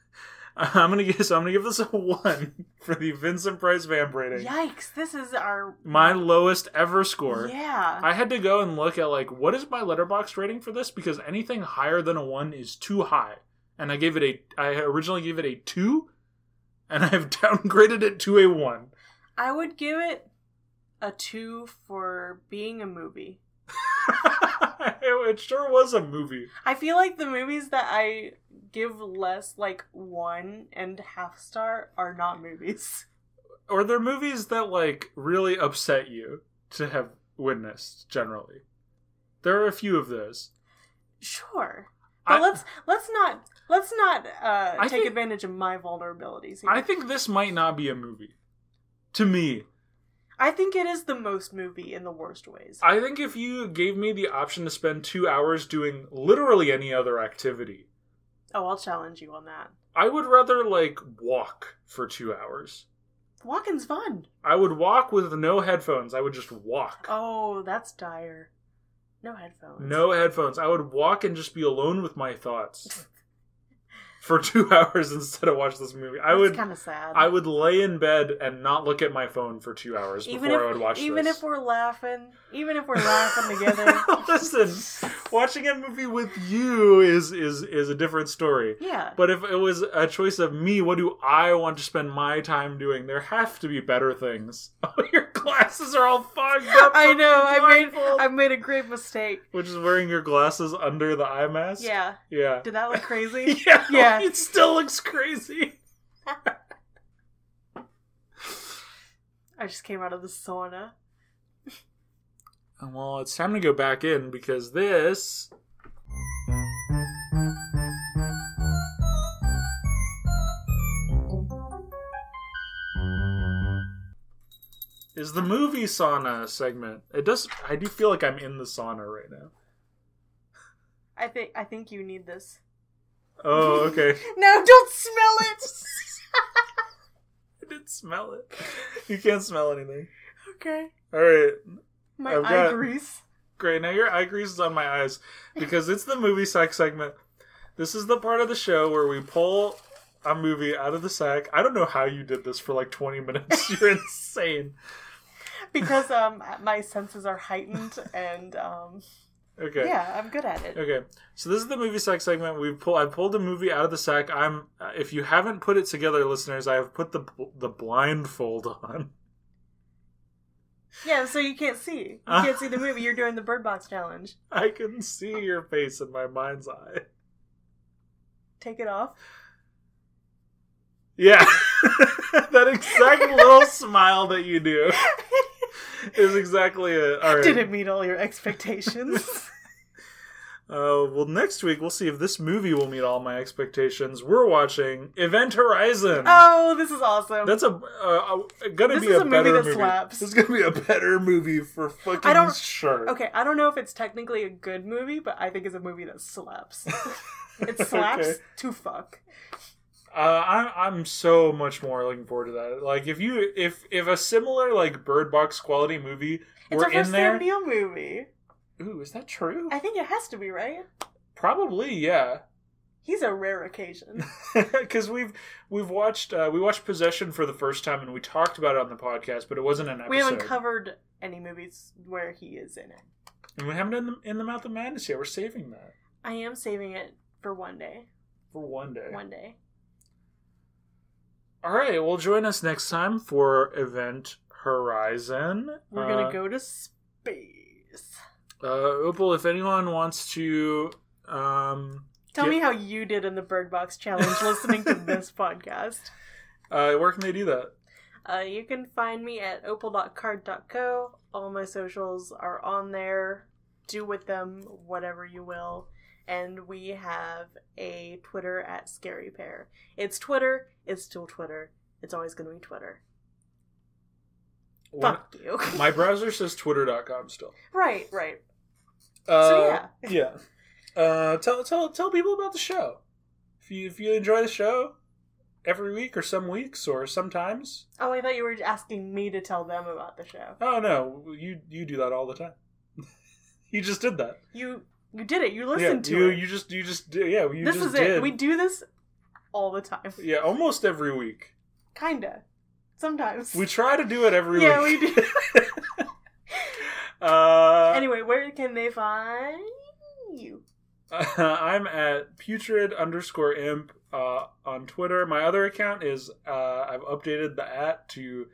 A: I'm gonna give. So I'm gonna give this a one for the Vincent Price Vamp rating.
B: Yikes! This is our
A: my lowest ever score.
B: Yeah.
A: I had to go and look at like what is my letterbox rating for this because anything higher than a one is too high. And I gave it a I originally gave it a two, and I've downgraded it to a one.
B: I would give it a two for being a movie.
A: it sure was a movie.
B: I feel like the movies that I give less like one and half star are not movies.
A: Or they're movies that like really upset you to have witnessed generally. There are a few of those.
B: Sure. But
A: I-
B: let's let's not let's not uh,
A: I
B: take
A: think-
B: advantage of my vulnerabilities here.
A: I think this might not be a movie. To me,
B: I think it is the most movie in the worst ways.
A: I think if you gave me the option to spend two hours doing literally any other activity,
B: Oh, I'll challenge you on that.
A: I would rather like walk for two hours.
B: Walking's fun.
A: I would walk with no headphones. I would just walk.
B: Oh, that's dire. No headphones.
A: No headphones. I would walk and just be alone with my thoughts for two hours instead of watch this movie. I would
B: kind of sad.
A: I would lay in bed and not look at my phone for two hours
B: even if
A: before I would watch
B: even
A: this.
B: if we're laughing, even if we're laughing together.
A: Listen, watching a movie with you is is is a different story.
B: Yeah.
A: But if it was a choice of me, what do I want to spend my time doing? There have to be better things. Oh, your glasses are all fogged up.
B: I
A: from
B: know.
A: the
B: I made
A: blindfold.
B: I made a great mistake.
A: Which is wearing your glasses under the eye mask.
B: Yeah.
A: Yeah.
B: Did that look crazy?
A: Yeah.
B: Yeah.
A: It still looks crazy.
B: I just came out of the sauna.
A: And, Well, it's time to go back in because this. Is the movie sauna segment? It does. I do feel like I'm in the sauna right now.
B: I think I think you need this.
A: Oh, okay.
B: No, don't smell it.
A: I didn't smell it. You can't smell anything.
B: okay,
A: All right,
B: my
A: I've
B: eye
A: got-
B: grease.
A: Great. Now your eye grease is on my eyes because it's the movie sack segment. This is the part of the show where we pull a movie out of the sack. I don't know how you did this for like 20 minutes. You're insane.
B: Because um, my senses are heightened, and um,
A: Okay.
B: yeah, I'm good at it.
A: Okay. So this is the movie sack segment. We pull. I pulled a movie out of the sack. I'm. uh, If you haven't put it together, listeners, I have put the bl- the blindfold on.
B: Yeah, so you can't see. You
A: Ah.
B: can't see the movie. You're doing the Bird Box challenge.
A: I can see your face in my mind's eye.
B: Take it off.
A: Yeah. that exact little smile that you do is exactly it. All right.
B: Didn't meet all your expectations.
A: Uh, well, next week we'll see if this movie will meet all my expectations. We're watching Event Horizon.
B: oh, this is awesome.
A: That's a uh, uh, gonna
B: This
A: be
B: is
A: a,
B: a movie
A: better
B: that
A: movie.
B: slaps.
A: This is gonna be a better movie for fucking
B: I don't-
A: sure.
B: Okay, I don't know if it's technically a good movie, but I think it's a movie that slaps. it
A: Okay.
B: slaps to fuck.
A: Uh, I'm I'm so much more looking forward to that. Like if you if if a similar like Bird Box quality movie
B: It's
A: were
B: a first
A: in there.
B: Sam Neill movie.
A: Ooh, is that true?
B: I think it has to be right.
A: Probably, yeah.
B: He's a rare occasion.
A: Because we've we've watched uh, we watched Possession for the first time and we talked about it on the podcast, but it wasn't an episode.
B: we haven't covered any movies where he is in it.
A: And we haven't in the, in the mouth of madness yet. We're saving that
B: I am saving it for one day.
A: for one day.
B: One day.
A: All right. Well, join us next time for Event Horizon.
B: We're
A: Uh,
B: gonna go to space.
A: Uh, Opal, if anyone wants to, um,
B: Tell
A: yeah.
B: me how you did in the Bird Box challenge listening to this podcast.
A: uh, where can they do that?
B: Uh, you can find me at opal.card.co. All my socials are on there. Do with them whatever you will. And we have a Twitter at Scary Pair. It's Twitter. It's still Twitter. It's always going to be Twitter.
A: One-
B: Fuck you.
A: my browser says twitter.com still.
B: right, right.
A: Uh,
B: So,
A: yeah. Uh, tell tell tell people about the show. If you if you enjoy the show every week or some weeks or sometimes.
B: Oh, I thought you were asking me to tell them about the show.
A: Oh no, you you do that all the time. you just did that.
B: You you did it. You listened
A: yeah,
B: to
A: you,
B: it.
A: You just you just did- yeah you
B: this
A: just
B: is
A: did.
B: it. We do this all the time.
A: Yeah, almost every week.
B: Kinda. Sometimes.
A: We try to do it every
B: yeah,
A: week.
B: we do.
A: do. Uh,
B: anyway, where can they find you?
A: I'm at putrid underscore imp uh, on Twitter. My other account is uh, I've updated the at to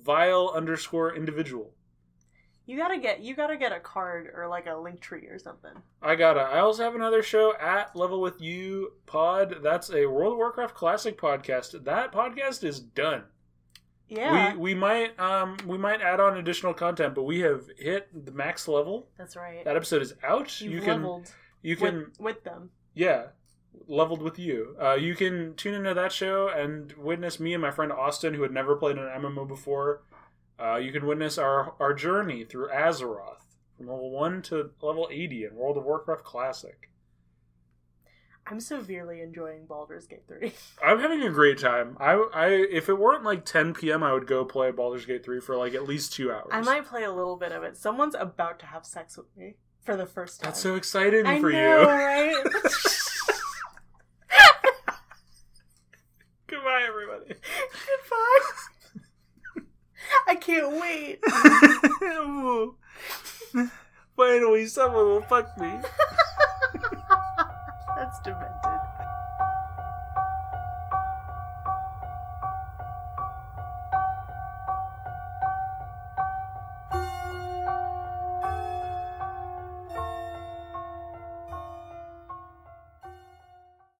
A: vile underscore individual.
B: You gotta get you gotta get a card or like a link tree or something.
A: I gotta. I also have another show at Level with You Pod. That's a World of Warcraft classic podcast. That podcast is done.
B: Yeah,
A: We we might um we might add on additional content, but we have hit the max level.
B: that's right.
A: That episode is out.
B: You've
A: you can
B: leveled
A: you can
B: with, with them.
A: yeah leveled with you. Uh, you can tune into that show and witness me and my friend Austin, who had never played an MMO before. Uh, you can witness our our journey through Azeroth from level one to level eighty in World of Warcraft Classic.
B: I'm severely enjoying Baldur's Gate 3.
A: I'm having a great time. I, I if it weren't like 10 p.m., I would go play Baldur's Gate 3 for like at least two hours.
B: I might play a little bit of it. Someone's about to have sex with me for the first time.
A: That's so exciting
B: I
A: for
B: know,
A: you.
B: right?
A: Goodbye, everybody.
B: Goodbye. I can't wait.
A: Ooh. Finally, someone will fuck me.